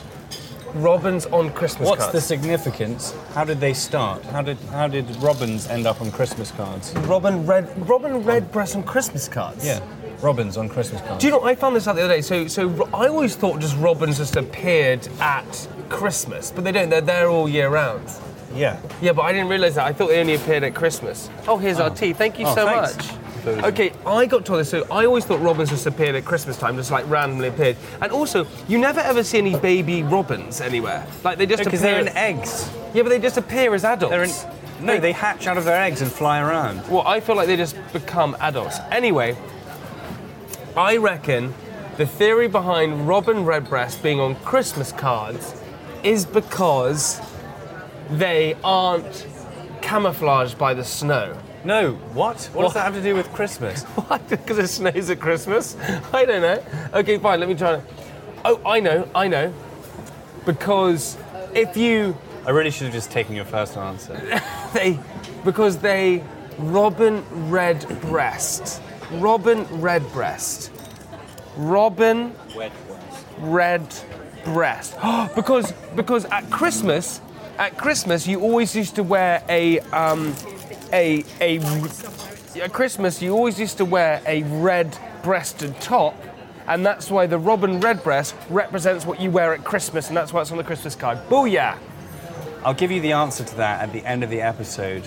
Speaker 2: Robins on Christmas
Speaker 6: What's the
Speaker 2: cards.
Speaker 6: significance? How did they start? How did how did robins end up on Christmas cards?
Speaker 2: Robin red, Robin redbreast on Christmas cards.
Speaker 6: Yeah.
Speaker 12: Robins on Christmas cards.
Speaker 2: Do you know, I found this out the other day. So, so ro- I always thought just robins just appeared at Christmas, but they don't. They're there all year round.
Speaker 12: Yeah.
Speaker 2: Yeah, but I didn't realise that. I thought they only appeared at Christmas. Oh, here's our tea. Thank you
Speaker 12: Oh,
Speaker 2: so
Speaker 12: thanks.
Speaker 2: much. Okay, I got told this. So I always thought robins just appeared at Christmas time, just like randomly appeared. And also, you never ever see any baby robins anywhere. Like they just
Speaker 6: No, 'cause
Speaker 2: appear e-,
Speaker 6: they're in eggs.
Speaker 2: Yeah, but they just appear as adults.
Speaker 6: They're in- no, they hatch out of their eggs and fly around.
Speaker 2: Well, I feel like they just become adults. Anyway, I reckon the theory behind Robin Redbreast being on Christmas cards is because they aren't camouflaged by the snow.
Speaker 6: No, what? What does that have to do with Christmas?
Speaker 2: Why? Because it snows at Christmas? I don't know. Okay, fine, let me try. and- Oh, I know, I know. Because if you
Speaker 6: I really should have just taken your first answer.
Speaker 2: they because they robin redbreast robin redbreast robin redbreast because because at christmas at christmas you always used to wear a um a a at christmas you always used to wear a red breasted top and that's why the robin redbreast represents what you wear at christmas and that's why it's on the christmas card booyah
Speaker 6: I'll give you the answer to that at the end of the episode.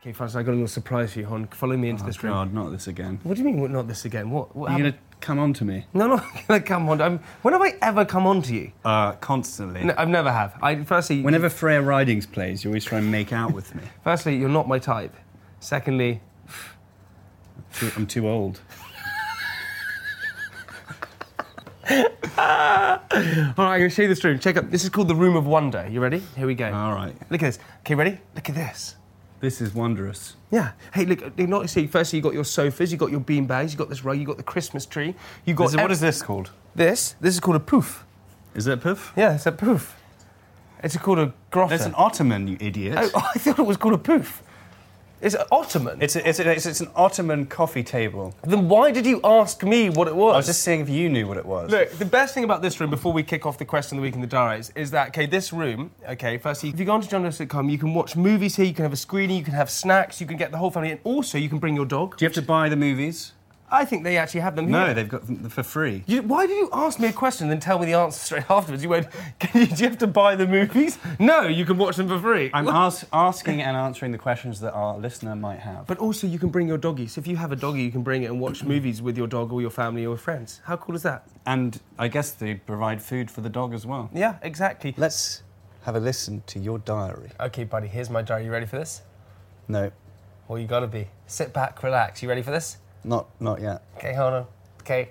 Speaker 2: Okay, Francis, I got a little surprise for you, hon. Follow me into this room.
Speaker 6: God, not this again.
Speaker 2: What do you mean, what, not this again? What? what
Speaker 6: Are you
Speaker 2: happened?
Speaker 6: gonna come on to me?
Speaker 2: No, no, I'm gonna come on. I'm, when have I ever come on to you?
Speaker 6: Uh, constantly.
Speaker 2: No, I've never have. I firstly,
Speaker 6: Whenever Freya Ridings plays, you always try and make out with me.
Speaker 2: firstly, you're not my type. Secondly,
Speaker 6: Too- I'm too old.
Speaker 2: all right, I'm gonna show you this room. Check up. This is called the Room of Wonder. You ready? Here we go. All
Speaker 6: right.
Speaker 2: Look at this. Okay, ready? Look at this.
Speaker 6: This is wondrous.
Speaker 2: Yeah. Hey, look. Not see. Firstly, you got your sofas. You got your bean bags. You got this rug. You got the Christmas tree. You got. e-,
Speaker 6: This is- what is this called?
Speaker 2: This. This is called a poof.
Speaker 6: Is it a poof?
Speaker 2: Yeah, it's a poof. It's called a grotter.
Speaker 6: It's an ottoman, you idiot.
Speaker 2: Oh, I thought it was called a poof. It's an ottoman.
Speaker 6: It's, a, it's, a, it's, it's an ottoman coffee table.
Speaker 2: Then why did you ask me what it was?
Speaker 6: I was just seeing if you knew what it was.
Speaker 2: Look, the best thing about this room before we kick off the question of the week in the diaries is that, okay, this room, okay, firstly, if you go onto johndoe.com, you can watch movies here, you can have a screening, you can have snacks, you can get the whole family, and also you can bring your dog.
Speaker 6: Do you have to buy the movies?
Speaker 2: I think they actually have them
Speaker 6: No,
Speaker 2: here.
Speaker 6: they've got them for free.
Speaker 2: You, why did you ask me a question and then tell me the answer straight afterwards? You went, can you, do you have to buy the movies? No, you can watch them for free.
Speaker 6: I'm ask, asking and answering the questions that our listener might have.
Speaker 2: But also, you can bring your doggy. So if you have a doggy, you can bring it and watch movies with your dog or your family or friends. How cool is that?
Speaker 6: And I guess they provide food for the dog as well.
Speaker 2: Yeah, exactly.
Speaker 6: Let's have a listen to your diary.
Speaker 2: Okay, buddy, here's my diary. You ready for this?
Speaker 6: No,
Speaker 2: Well, you gotta be. Sit back, relax. You ready for this?
Speaker 6: not not yet.
Speaker 2: Okay, hold on. Okay,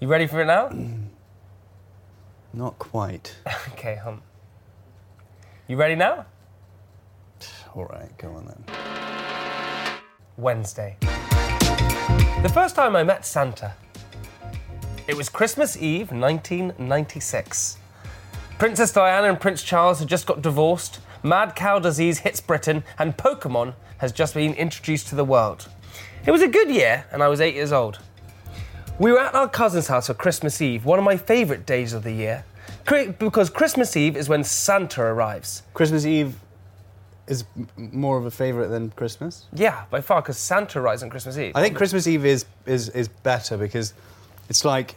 Speaker 2: you ready for it now?
Speaker 6: Not quite.
Speaker 2: okay, hum. You ready now?
Speaker 6: All right, go on then.
Speaker 2: Wednesday. The first time I met Santa, it was Christmas Eve 1996. Princess Diana and Prince Charles had just got divorced, mad cow disease hits Britain, and Pokemon has just been introduced to the world. It was a good year, and I was eight years old. We were at our cousin's house for Christmas Eve, one of my favourite days of the year, cri- because Christmas Eve is when Santa arrives.
Speaker 6: Christmas Eve is m- more of a favourite than Christmas.
Speaker 2: Yeah, by far, because Santa arrives on Christmas Eve.
Speaker 3: I think Christmas Eve is, is, is better because it's like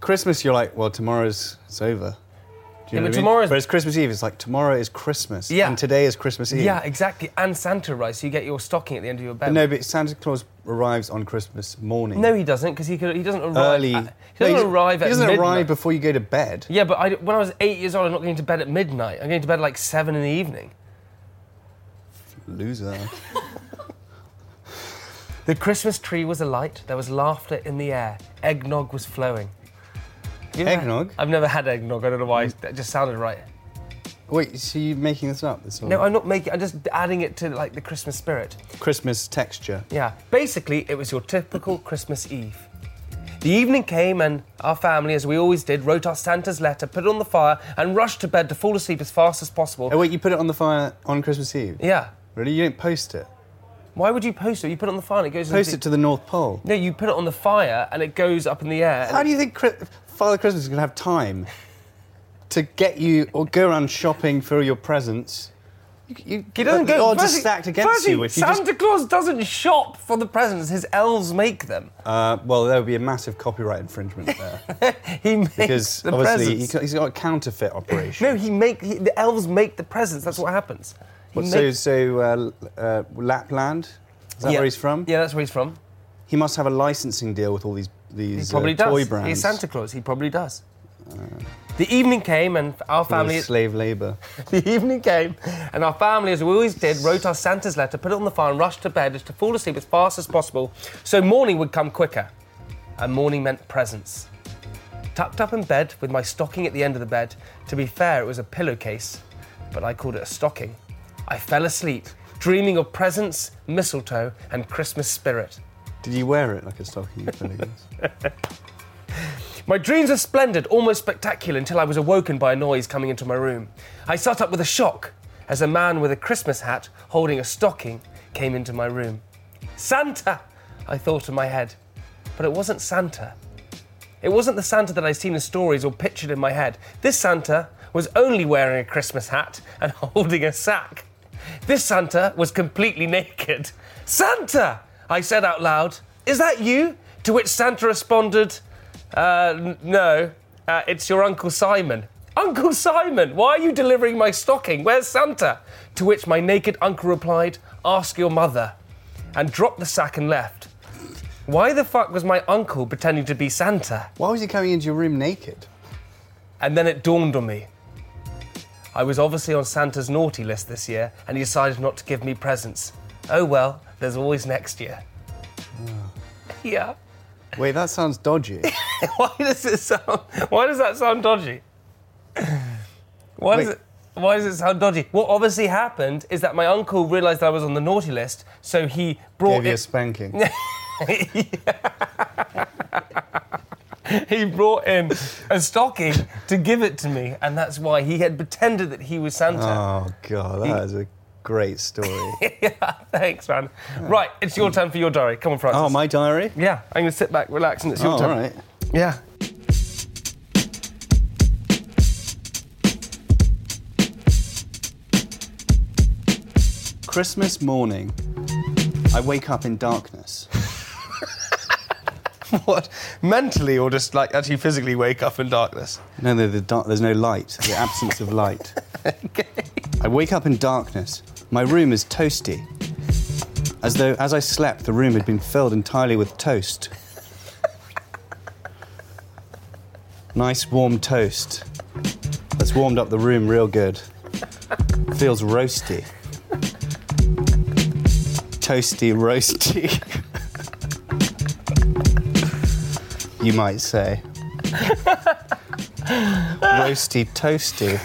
Speaker 3: Christmas, you're like, well, tomorrow's it's over.
Speaker 2: Yeah,
Speaker 3: Do you know
Speaker 2: but
Speaker 3: what I mean?
Speaker 2: tomorrow's-
Speaker 3: Whereas Christmas Eve, it's like tomorrow is Christmas
Speaker 2: Yeah.
Speaker 3: and today is Christmas Eve.
Speaker 2: Yeah, exactly. And Santa arrives, so you get your stocking at the end of your bed.
Speaker 3: But no, but Santa Claus arrives on Christmas morning.
Speaker 2: No, he doesn't, because he could, he doesn't arrive.
Speaker 3: early.
Speaker 2: At, he
Speaker 3: No,
Speaker 2: doesn't arrive
Speaker 3: He
Speaker 2: at
Speaker 3: doesn't
Speaker 2: midnight.
Speaker 3: arrive before you go to bed.
Speaker 2: Yeah, but I, when I was eight years old, I'm not going to bed at midnight. I'm going to bed at like seven in the evening.
Speaker 3: Loser.
Speaker 2: The Christmas tree was alight. There was laughter in the air. Eggnog was flowing. You ever-
Speaker 3: Eggnog?
Speaker 2: I've never had eggnog. I don't know why. That just sounded right.
Speaker 3: Wait, so you're making this up? This
Speaker 2: No, I'm not making. I'm just adding it to like the Christmas spirit.
Speaker 3: Christmas texture.
Speaker 2: Yeah, basically, it was your typical Christmas Eve. The evening came, and our family, as we always did, wrote our Santa's letter, put it on the fire, and rushed to bed to fall asleep as fast as possible.
Speaker 3: Oh wait, you put it on the fire on Christmas Eve?
Speaker 2: Yeah.
Speaker 3: Really? You don't post it?
Speaker 2: Why would you post it? You put it on the fire and it goes. in
Speaker 3: Post
Speaker 2: the-
Speaker 3: it to the North Pole.
Speaker 2: No, you put it on the fire and it goes up in the air.
Speaker 3: How do you think Chri- Father Christmas is going to have time to get you or go around shopping for your presents?
Speaker 2: He doesn't
Speaker 6: the
Speaker 2: go.
Speaker 6: odds are
Speaker 2: firstly-
Speaker 6: stacked against
Speaker 2: firstly,
Speaker 6: you if you just-
Speaker 2: Santa Claus doesn't shop for the presents. His elves make them.
Speaker 3: Uh, well, there would be a massive copyright infringement there.
Speaker 2: he makes
Speaker 3: because
Speaker 2: the
Speaker 3: obviously
Speaker 2: presents.
Speaker 3: he- he's got a counterfeit operation.
Speaker 2: No, he make he, the elves make the presents. That's what happens. He
Speaker 3: What, so,
Speaker 2: makes-
Speaker 3: so uh, uh, Lapland? Is that
Speaker 2: Yeah.
Speaker 3: where he's from?
Speaker 2: Yeah, that's where he's from.
Speaker 3: He must have a licensing deal with all these these
Speaker 2: he probably
Speaker 3: uh,
Speaker 2: does.
Speaker 3: toy brands.
Speaker 2: He's Santa Claus. He probably does. the evening came and our
Speaker 3: All
Speaker 2: family.
Speaker 3: this slave labour.
Speaker 2: the evening came, and our family, as we always did, wrote our Santa's letter, put it on the file, and rushed to bed just to fall asleep as fast as possible, so morning would come quicker. And morning meant presents. Tucked up in bed with my stocking at the end of the bed, to be fair, it was a pillowcase, but I called it a stocking. I fell asleep, dreaming of presents, mistletoe, and Christmas spirit.
Speaker 3: Did you wear it like a stocking?
Speaker 2: My dreams were splendid, almost spectacular, until I was awoken by a noise coming into my room. I sat up with a shock as a man with a Christmas hat holding a stocking came into my room. Santa! I thought in my head. But it wasn't Santa. It wasn't the Santa that I'd seen in stories or pictured in my head. This Santa was only wearing a Christmas hat and holding a sack. This Santa was completely naked. Santa! I said out loud, Is that you? To which Santa responded, uh, n- No, uh, it's your Uncle Simon. Uncle Simon, why are you delivering my stocking? Where's Santa? To which my naked uncle replied, Ask your mother. And dropped the sack and left. Why the fuck was my uncle pretending to be Santa?
Speaker 3: Why was he coming into your room naked?
Speaker 2: And then it dawned on me. I was obviously on Santa's naughty list this year, and he decided not to give me presents. Oh well, there's always next year.
Speaker 3: Hmm.
Speaker 2: Yeah.
Speaker 3: Wait, that sounds dodgy.
Speaker 2: why does it sound? Why does that sound dodgy? Why does
Speaker 3: Wait.
Speaker 2: it? Why does it sound dodgy? What obviously happened is that my uncle realised I was on the naughty list, so he brought
Speaker 3: Gave you
Speaker 2: it-
Speaker 3: a spanking.
Speaker 2: he brought in a stocking to give it to me, and that's why he had pretended that he was Santa.
Speaker 3: Oh god, that is a great story.
Speaker 2: Thanks, man. Right, it's your turn for your diary. Come on, Francis.
Speaker 3: Oh, my diary?
Speaker 2: Yeah, I'm going to sit back, relax, and it's your
Speaker 3: Oh,
Speaker 2: turn.
Speaker 3: all right.
Speaker 2: Yeah.
Speaker 3: Christmas morning, I wake up in darkness.
Speaker 2: What? Mentally, or just like actually physically wake up in darkness?
Speaker 3: No, the, the dark, there's no light. The absence of light. I wake up in darkness. My room is toasty. As though, as I slept, the room had been filled entirely with toast. Nice warm toast. That's warmed up the room real good. Feels roasty. Toasty, roasty. you might say. Roasty toasty.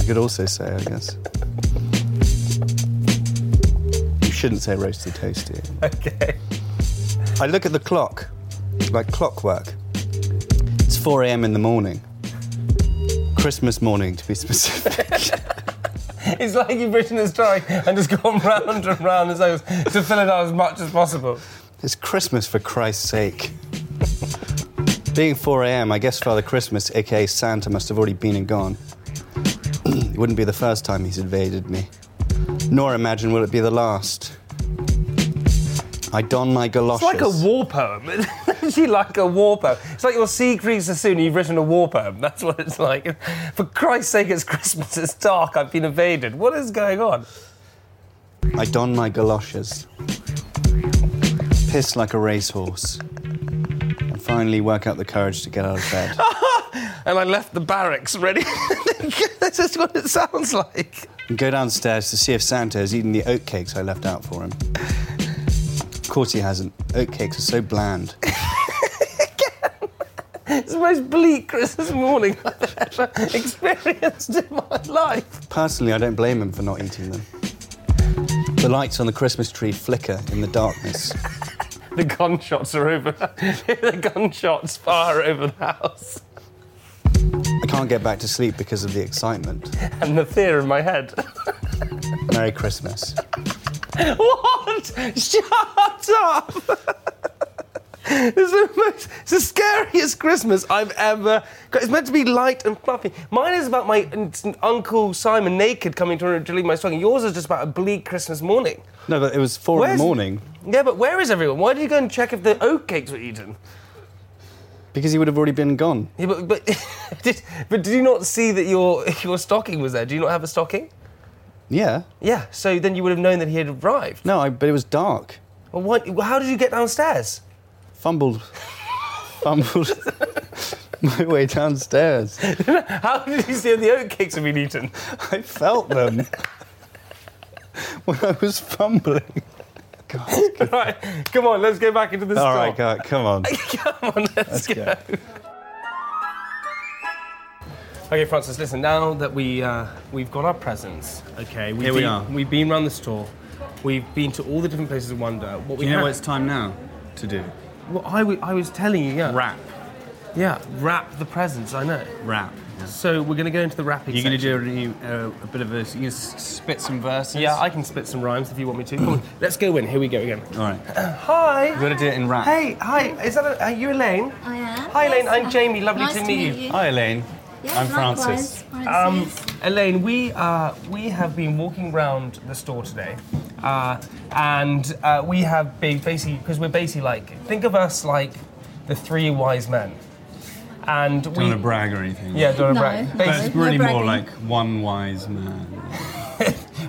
Speaker 3: You could also say, I guess. You shouldn't say roasty toasty.
Speaker 2: Okay.
Speaker 3: I look at the clock, like clockwork. It's 4 a.m. in the morning. Christmas morning, to be specific.
Speaker 2: It's like you've written this diary and just gone round and round as those to fill it out as much as possible.
Speaker 3: It's Christmas, for Christ's sake. Being 4 a.m., I guess Father Christmas, aka Santa, must have already been and gone. it wouldn't be the first time he's invaded me, nor imagine will it be the last. I don my
Speaker 2: It's
Speaker 3: galoshes.
Speaker 2: like a war poem. It's actually like a war poem. It's like your Siegfried Sassoon, you've written a war poem. That's what it's like. For Christ's sake, it's Christmas, it's dark, I've been invaded. What is going on?
Speaker 3: I don my galoshes, piss like a racehorse, and finally work out the courage to get out of bed.
Speaker 2: And I left the barracks ready. this is what it sounds like.
Speaker 3: and go downstairs to see if Santa has eaten the oatcakes I left out for him. Of course he hasn't. Oatcakes are so bland.
Speaker 2: It's the most bleak Christmas morning I've ever experienced in my life.
Speaker 3: Personally, I don't blame him for not eating them. The lights on the Christmas tree flicker in the darkness.
Speaker 2: The gunshots are over. the gunshots fire over the house.
Speaker 3: I can't get back to sleep because of the excitement.
Speaker 2: And the fear in my head.
Speaker 3: Merry Christmas.
Speaker 2: What? Shut up! It's the, most, it's the scariest Christmas I've ever. got. It's meant to be light and fluffy. Mine is about my n- uncle Simon naked coming to and drilling my stocking. Yours is just about a bleak Christmas morning.
Speaker 3: No, but it was four in
Speaker 2: Where's-
Speaker 3: the morning
Speaker 2: Yeah, but where is everyone? Why did you go and check if the oat cakes were eaten?
Speaker 3: because he would have already been gone.
Speaker 2: Yeah, but but did, but did you not see that your your stocking was there? Do you not have a stocking?
Speaker 3: Yeah.
Speaker 2: Yeah. So then you would have known that he had arrived.
Speaker 3: No, I, but it was dark.
Speaker 2: Well, what, how did you get downstairs?
Speaker 3: Fumbled. Fumbled my way downstairs.
Speaker 2: How did you see if the oatcakes had been eaten?
Speaker 3: I felt them when I was fumbling.
Speaker 2: right, come on, let's go back into the
Speaker 3: All
Speaker 2: store.
Speaker 3: right, guy, come on.
Speaker 2: Come on, let's, go. Okay, Francis, listen, now that we, uh, we've got our presents, okay, we've
Speaker 3: Here we
Speaker 2: been,
Speaker 3: are.
Speaker 2: We've been around the store, we've been to all the different places of wonder. What we
Speaker 3: Do you know
Speaker 2: ha-
Speaker 3: what it's time now to do?
Speaker 2: Well, I, w- I was telling you, yeah.
Speaker 3: Wrap.
Speaker 2: Yeah, wrap the presents, I know.
Speaker 3: Wrap.
Speaker 2: So we're going to go into the wrapping
Speaker 3: You're going to
Speaker 2: section.
Speaker 3: do a, a, a bit of a. You're going to spit some verses.
Speaker 2: Yeah, I can spit some rhymes if you want me to. Come on, let's go in. Here we go again.
Speaker 3: All right.
Speaker 2: Hi.
Speaker 3: You've got to do it in rap.
Speaker 2: Hey, hi. Is that a, are you Elaine?
Speaker 11: I am.
Speaker 2: Hi, Elaine.
Speaker 11: Yes,
Speaker 2: I'm
Speaker 11: uh,
Speaker 2: Jamie. Lovely
Speaker 11: nice
Speaker 2: to meet you.
Speaker 11: Hi.
Speaker 3: Elaine.
Speaker 11: Yeah, I'm likewise, Francis.
Speaker 2: Um,
Speaker 11: Francis.
Speaker 2: Elaine, we uh, we have been walking round the store today, uh, and uh, we have been basically because we're basically like think of us like the three wise men, and
Speaker 3: Don't
Speaker 2: we
Speaker 3: want to brag or anything.
Speaker 2: yeah don't
Speaker 11: No,
Speaker 2: brag.
Speaker 11: no,
Speaker 3: But
Speaker 2: Basically-
Speaker 3: it's really
Speaker 11: No
Speaker 3: more
Speaker 11: bragging.
Speaker 3: like one wise man.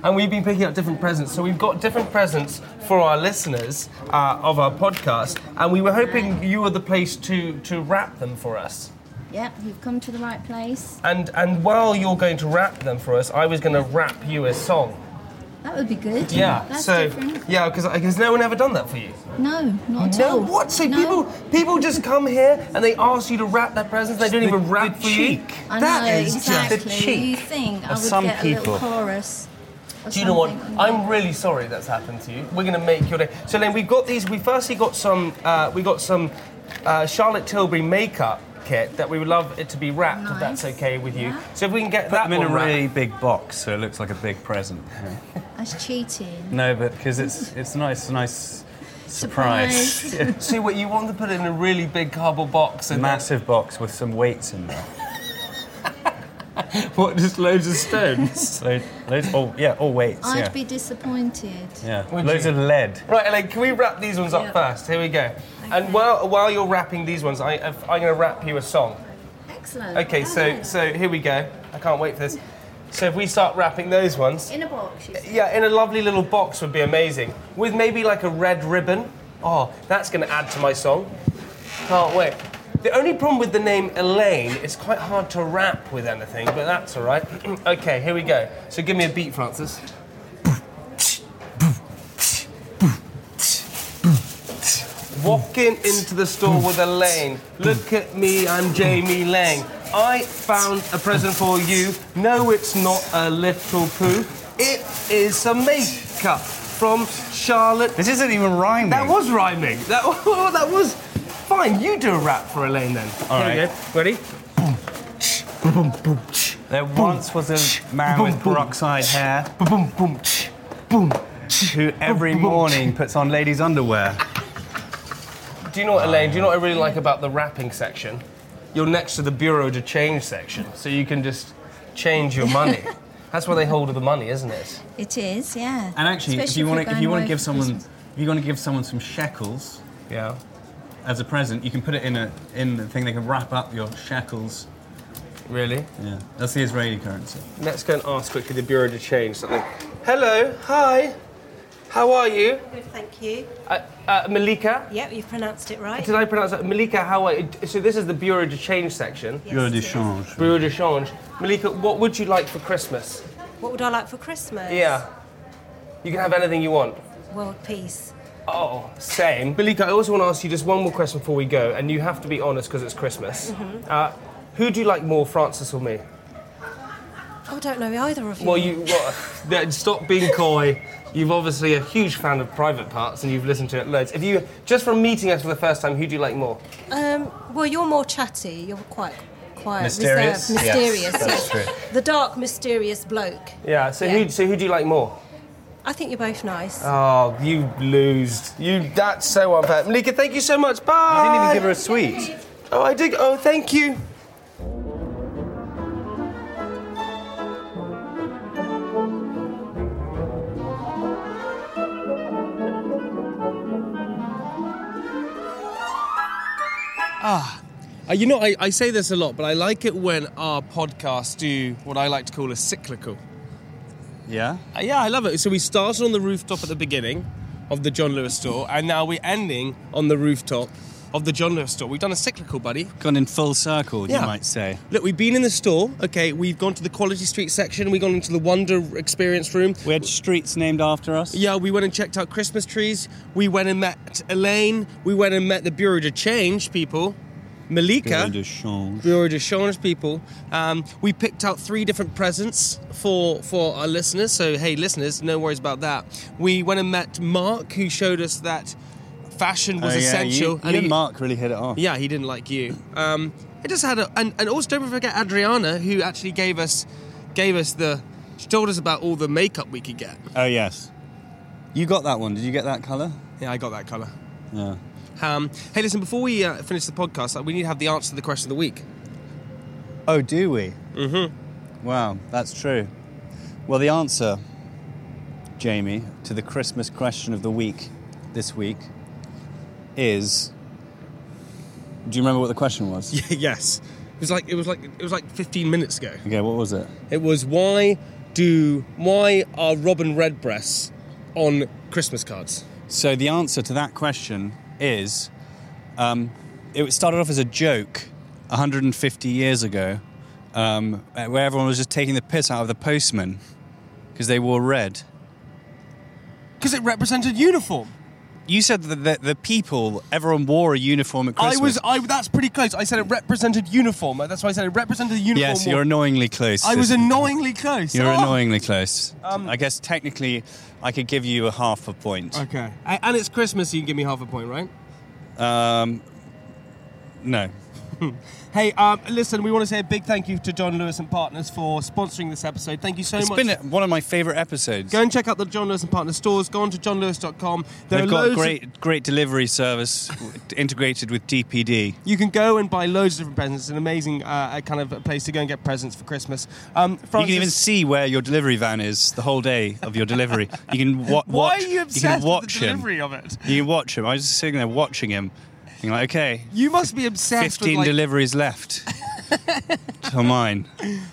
Speaker 2: and we've been picking up different presents. So we've got different presents for our listeners uh, of our podcast, and we were hoping you were the place to to wrap them for us.
Speaker 11: Yep, you've come to the right place.
Speaker 2: And and while you're going to wrap them for us, I was going to wrap you a song.
Speaker 11: That would be good.
Speaker 2: Yeah.
Speaker 11: That's
Speaker 2: so
Speaker 11: different.
Speaker 2: yeah, because because no one ever done that for you.
Speaker 11: No, not at
Speaker 2: No,
Speaker 11: all.
Speaker 2: what? So
Speaker 11: No.
Speaker 2: people people just come here and they ask you to wrap their presents. They don't even wrap for you.
Speaker 11: I
Speaker 2: That
Speaker 11: know,
Speaker 2: is
Speaker 11: exactly.
Speaker 2: just the cheek.
Speaker 11: You think I
Speaker 3: of
Speaker 11: would
Speaker 3: some
Speaker 11: get a
Speaker 3: people.
Speaker 11: little chorus. or
Speaker 2: Do you know what?
Speaker 11: something.
Speaker 2: I'm really sorry that's happened to you. We're going to make your day. So then we've got these. We firstly got some. Uh, we got some uh, Charlotte Tilbury makeup kit that we would love it to be wrapped if that's
Speaker 11: Nice.
Speaker 2: okay with you.
Speaker 11: Yeah.
Speaker 2: So if we can get
Speaker 6: Put
Speaker 2: that
Speaker 6: them in
Speaker 2: one
Speaker 6: a
Speaker 2: wrapped.
Speaker 6: really big box so it looks like a big present.
Speaker 11: That's cheating.
Speaker 6: No, but because it's it's nice, it's a nice surprise.
Speaker 2: See what you want to put it in a really big cardboard box and then-
Speaker 6: Massive box with some weights in there.
Speaker 2: what? Just loads of stones.
Speaker 6: Lo- loads, oh yeah, all weights.
Speaker 11: I'd
Speaker 6: Yeah,
Speaker 11: be disappointed.
Speaker 6: yeah.
Speaker 2: Would
Speaker 6: loads
Speaker 2: you?
Speaker 6: of lead.
Speaker 2: Right, Elaine, can we wrap these ones up
Speaker 11: Yeah.
Speaker 2: first? Here we go. And while, while you're wrapping these ones, I, I'm going to wrap you a song.
Speaker 11: Excellent.
Speaker 2: Okay,
Speaker 11: Go
Speaker 2: so
Speaker 11: ahead.
Speaker 2: so here we go. I can't wait for this. So if we start wrapping those ones,
Speaker 11: In a box, you said.
Speaker 2: yeah, in a lovely little box would be amazing. With maybe like a red ribbon. Oh, that's going to add to my song. Can't wait. The only problem with the name Elaine, it's quite hard to rap with anything, but that's all right. okay, here we go. So give me a beat, Francis. Walking into the store with Elaine. Look at me, I'm Jamie Lang. I found a present for you. No, it's not a little poo. It is some makeup from Charlotte.
Speaker 3: This isn't even rhyming.
Speaker 2: That was rhyming. That, that was fine. You do a rap for Elaine then.
Speaker 6: All
Speaker 2: Here we
Speaker 6: right.
Speaker 2: go. Ready? Boom, boom, tch.
Speaker 6: There once was a man with peroxide hair
Speaker 2: Boom, boom, boom, tch. Boom.
Speaker 6: who every morning puts on ladies' underwear.
Speaker 2: Do you know what, Elaine? Do you know what I really like about the rapping section? You're next to the bureau de change section, so you can just change your money. That's where they hold the money, isn't it?
Speaker 11: It is, yeah.
Speaker 6: And actually, if
Speaker 11: Especially
Speaker 6: you
Speaker 11: you're
Speaker 6: want to, if
Speaker 11: going
Speaker 6: you want
Speaker 11: away
Speaker 6: to give
Speaker 11: for
Speaker 6: someone,
Speaker 11: Christmas.
Speaker 6: if you want to give someone some shekels
Speaker 2: Yeah.
Speaker 6: as a present, you can put it in a in the thing. They can wrap up your shekels.
Speaker 2: Really?
Speaker 6: Yeah, that's the Israeli currency.
Speaker 2: Let's go and ask quickly the bureau de change something. Hello. Hi. How are you?
Speaker 12: Thank you.
Speaker 2: Uh, uh, Malika.
Speaker 12: Yep, you've pronounced it right.
Speaker 2: Did I pronounce that? Malika, how are So this is the Bureau de Change section.
Speaker 6: Bureau de change.
Speaker 2: Bureau de Change. Malika, what would you like for Christmas?
Speaker 12: What would I like for Christmas?
Speaker 2: Yeah. You can have anything you want.
Speaker 12: World peace.
Speaker 2: Oh, same. Malika, I also want to ask you just one more question before we go, and you have to be honest because it's Christmas. Uh, who do you like more, Francis or me?
Speaker 12: Oh, I don't know either of you.
Speaker 2: Well, you what, then stop being coy. You've obviously a huge fan of Private Parts, and you've listened to it loads. If you just from meeting us for the first time, who do you like more?
Speaker 12: Um, well, you're more chatty. You're quite quiet,
Speaker 6: Mysterious?
Speaker 12: reserved,
Speaker 6: Yes,
Speaker 12: mysterious.
Speaker 6: that's
Speaker 12: yes. The dark, mysterious bloke.
Speaker 2: Yeah. So who so who do you like more?
Speaker 12: I think you're both nice.
Speaker 2: Oh, you lose. You. That's so unfair. Malika, thank you so much. Bye. You didn't even give her a sweet. Oh, I did. Oh, thank you. Ah, uh, you know, I, I say this a lot, but I like it when our podcasts do what I like to call a cyclical.
Speaker 3: Yeah?
Speaker 2: Uh, yeah, I love it. So we started on the rooftop at the beginning of the John Lewis store, and now we're ending on the rooftop of the John Lewis store. We've done a cyclical, buddy.
Speaker 3: Gone in full circle,
Speaker 2: Yeah.
Speaker 3: you might say.
Speaker 2: Look, we've been in the store. Okay, we've gone to the Quality Street section. We've gone into the Wonder Experience room. We had streets named after us. Yeah, we went and checked out Christmas trees. We went and met Elaine. We went and met the Bureau de Change people. Malika.
Speaker 3: Bureau de change.
Speaker 2: Bureau de Change people. Um, we picked out three different presents for for our listeners. So hey, listeners, no worries about that. We went and met Mark, who showed us that fashion was
Speaker 3: Oh, yeah, you-
Speaker 2: essential.
Speaker 3: You, and Mark really hit it off.
Speaker 2: Yeah, he didn't like you. Um, it just had a, and, and also don't forget Adriana, who actually gave us, gave us the, she told us about all the makeup we could get.
Speaker 3: Oh, yes. You got that one. Did you get that colour?
Speaker 2: Yeah, I got that colour.
Speaker 3: Yeah.
Speaker 2: Um, hey, listen, before we uh, finish the podcast, uh, we need to have the answer to the question of the week.
Speaker 3: Oh, do we?
Speaker 2: Mm-hmm.
Speaker 3: Wow, that's true. Well, the answer, Jamie, to the Christmas question of the week this week is. Do you remember what the question was?
Speaker 2: yes, it was like it was like it was like 15 minutes ago.
Speaker 3: Okay, what was it?
Speaker 2: It was why do why are robin redbreasts on Christmas cards?
Speaker 3: So the answer to that question is, um, it started off as a joke 150 years ago, um, where everyone was just taking the piss out of the postman because they wore red.
Speaker 2: Because it represented uniform.
Speaker 3: You said that the, the people, everyone wore a uniform at Christmas.
Speaker 2: I was I that's pretty close. I said it represented uniform. That's why I said it represented the uniform.
Speaker 3: Yes,
Speaker 2: more.
Speaker 3: you're annoyingly close.
Speaker 2: I was
Speaker 3: This-
Speaker 2: annoyingly close.
Speaker 3: You're
Speaker 2: Oh.
Speaker 3: annoyingly close.
Speaker 2: Um,
Speaker 3: I guess technically, I could give you a half a point.
Speaker 2: Okay. A- And it's Christmas, so you can give me half a point, right?
Speaker 3: Um, no.
Speaker 2: Hey, um, listen, we want to say a big thank you to John Lewis and Partners for sponsoring this episode. Thank you so
Speaker 3: It's
Speaker 2: much.
Speaker 3: been one of my favourite episodes.
Speaker 2: Go and check out the John Lewis and Partners stores. Go on to johnlewis.com. There
Speaker 3: They've
Speaker 2: are
Speaker 3: got
Speaker 2: loads of-
Speaker 3: great, great delivery service integrated with DPD.
Speaker 2: you can go and buy loads of different presents. It's an amazing uh, kind of place to go and get presents for Christmas. Um,
Speaker 3: you can even
Speaker 2: Francis,
Speaker 3: see where your delivery van is the whole day of your delivery. You can wa- watch.
Speaker 2: Why are you
Speaker 3: can
Speaker 2: obsessed
Speaker 3: watch
Speaker 2: with the
Speaker 3: him.
Speaker 2: delivery of it?
Speaker 3: You can watch him. I was just sitting there watching him, being like, okay,
Speaker 2: You must be obsessed
Speaker 3: fifteen
Speaker 2: with like,
Speaker 3: deliveries left till mine.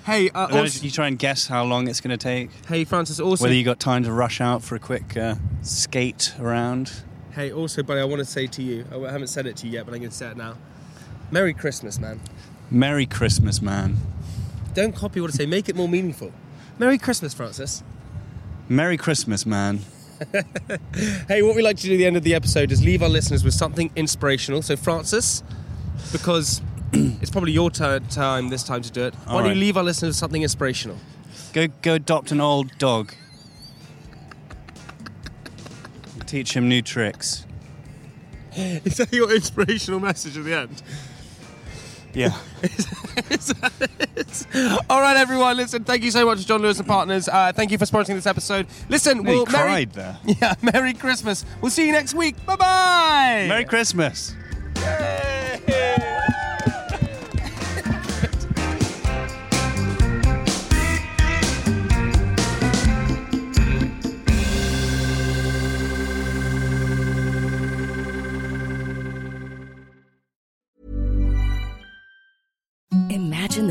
Speaker 2: Hey, uh,
Speaker 3: And then
Speaker 2: also-
Speaker 3: you try and guess how long it's going to take.
Speaker 2: Hey, Francis. Also,
Speaker 3: Whether you got time to rush out for a quick uh, skate around.
Speaker 2: Hey, also, buddy, I want to say to you, I haven't said it to you yet, but I can say it now. Merry Christmas, man.
Speaker 3: Merry Christmas, man.
Speaker 2: Don't copy what I say. Make it more meaningful. Merry Christmas, Francis.
Speaker 3: Merry Christmas, man.
Speaker 2: Hey, what we like to do at the end of the episode is leave our listeners with something inspirational. So, Francis, because it's probably your tu- time this time to do it, why
Speaker 3: All
Speaker 2: don't
Speaker 3: right.
Speaker 2: you leave our listeners with something inspirational?
Speaker 3: Go, go adopt an old dog. Teach him new tricks.
Speaker 2: Is that your inspirational message at the end?
Speaker 3: Yeah.
Speaker 2: All right, everyone, listen, thank you so much to John Lewis and Partners. Uh, thank you for sponsoring this episode. Listen,
Speaker 3: Nearly
Speaker 2: we'll. Merry,
Speaker 3: cried there.
Speaker 2: yeah, Merry Christmas. We'll see you next week. Bye bye.
Speaker 3: Merry Christmas.
Speaker 13: Imagine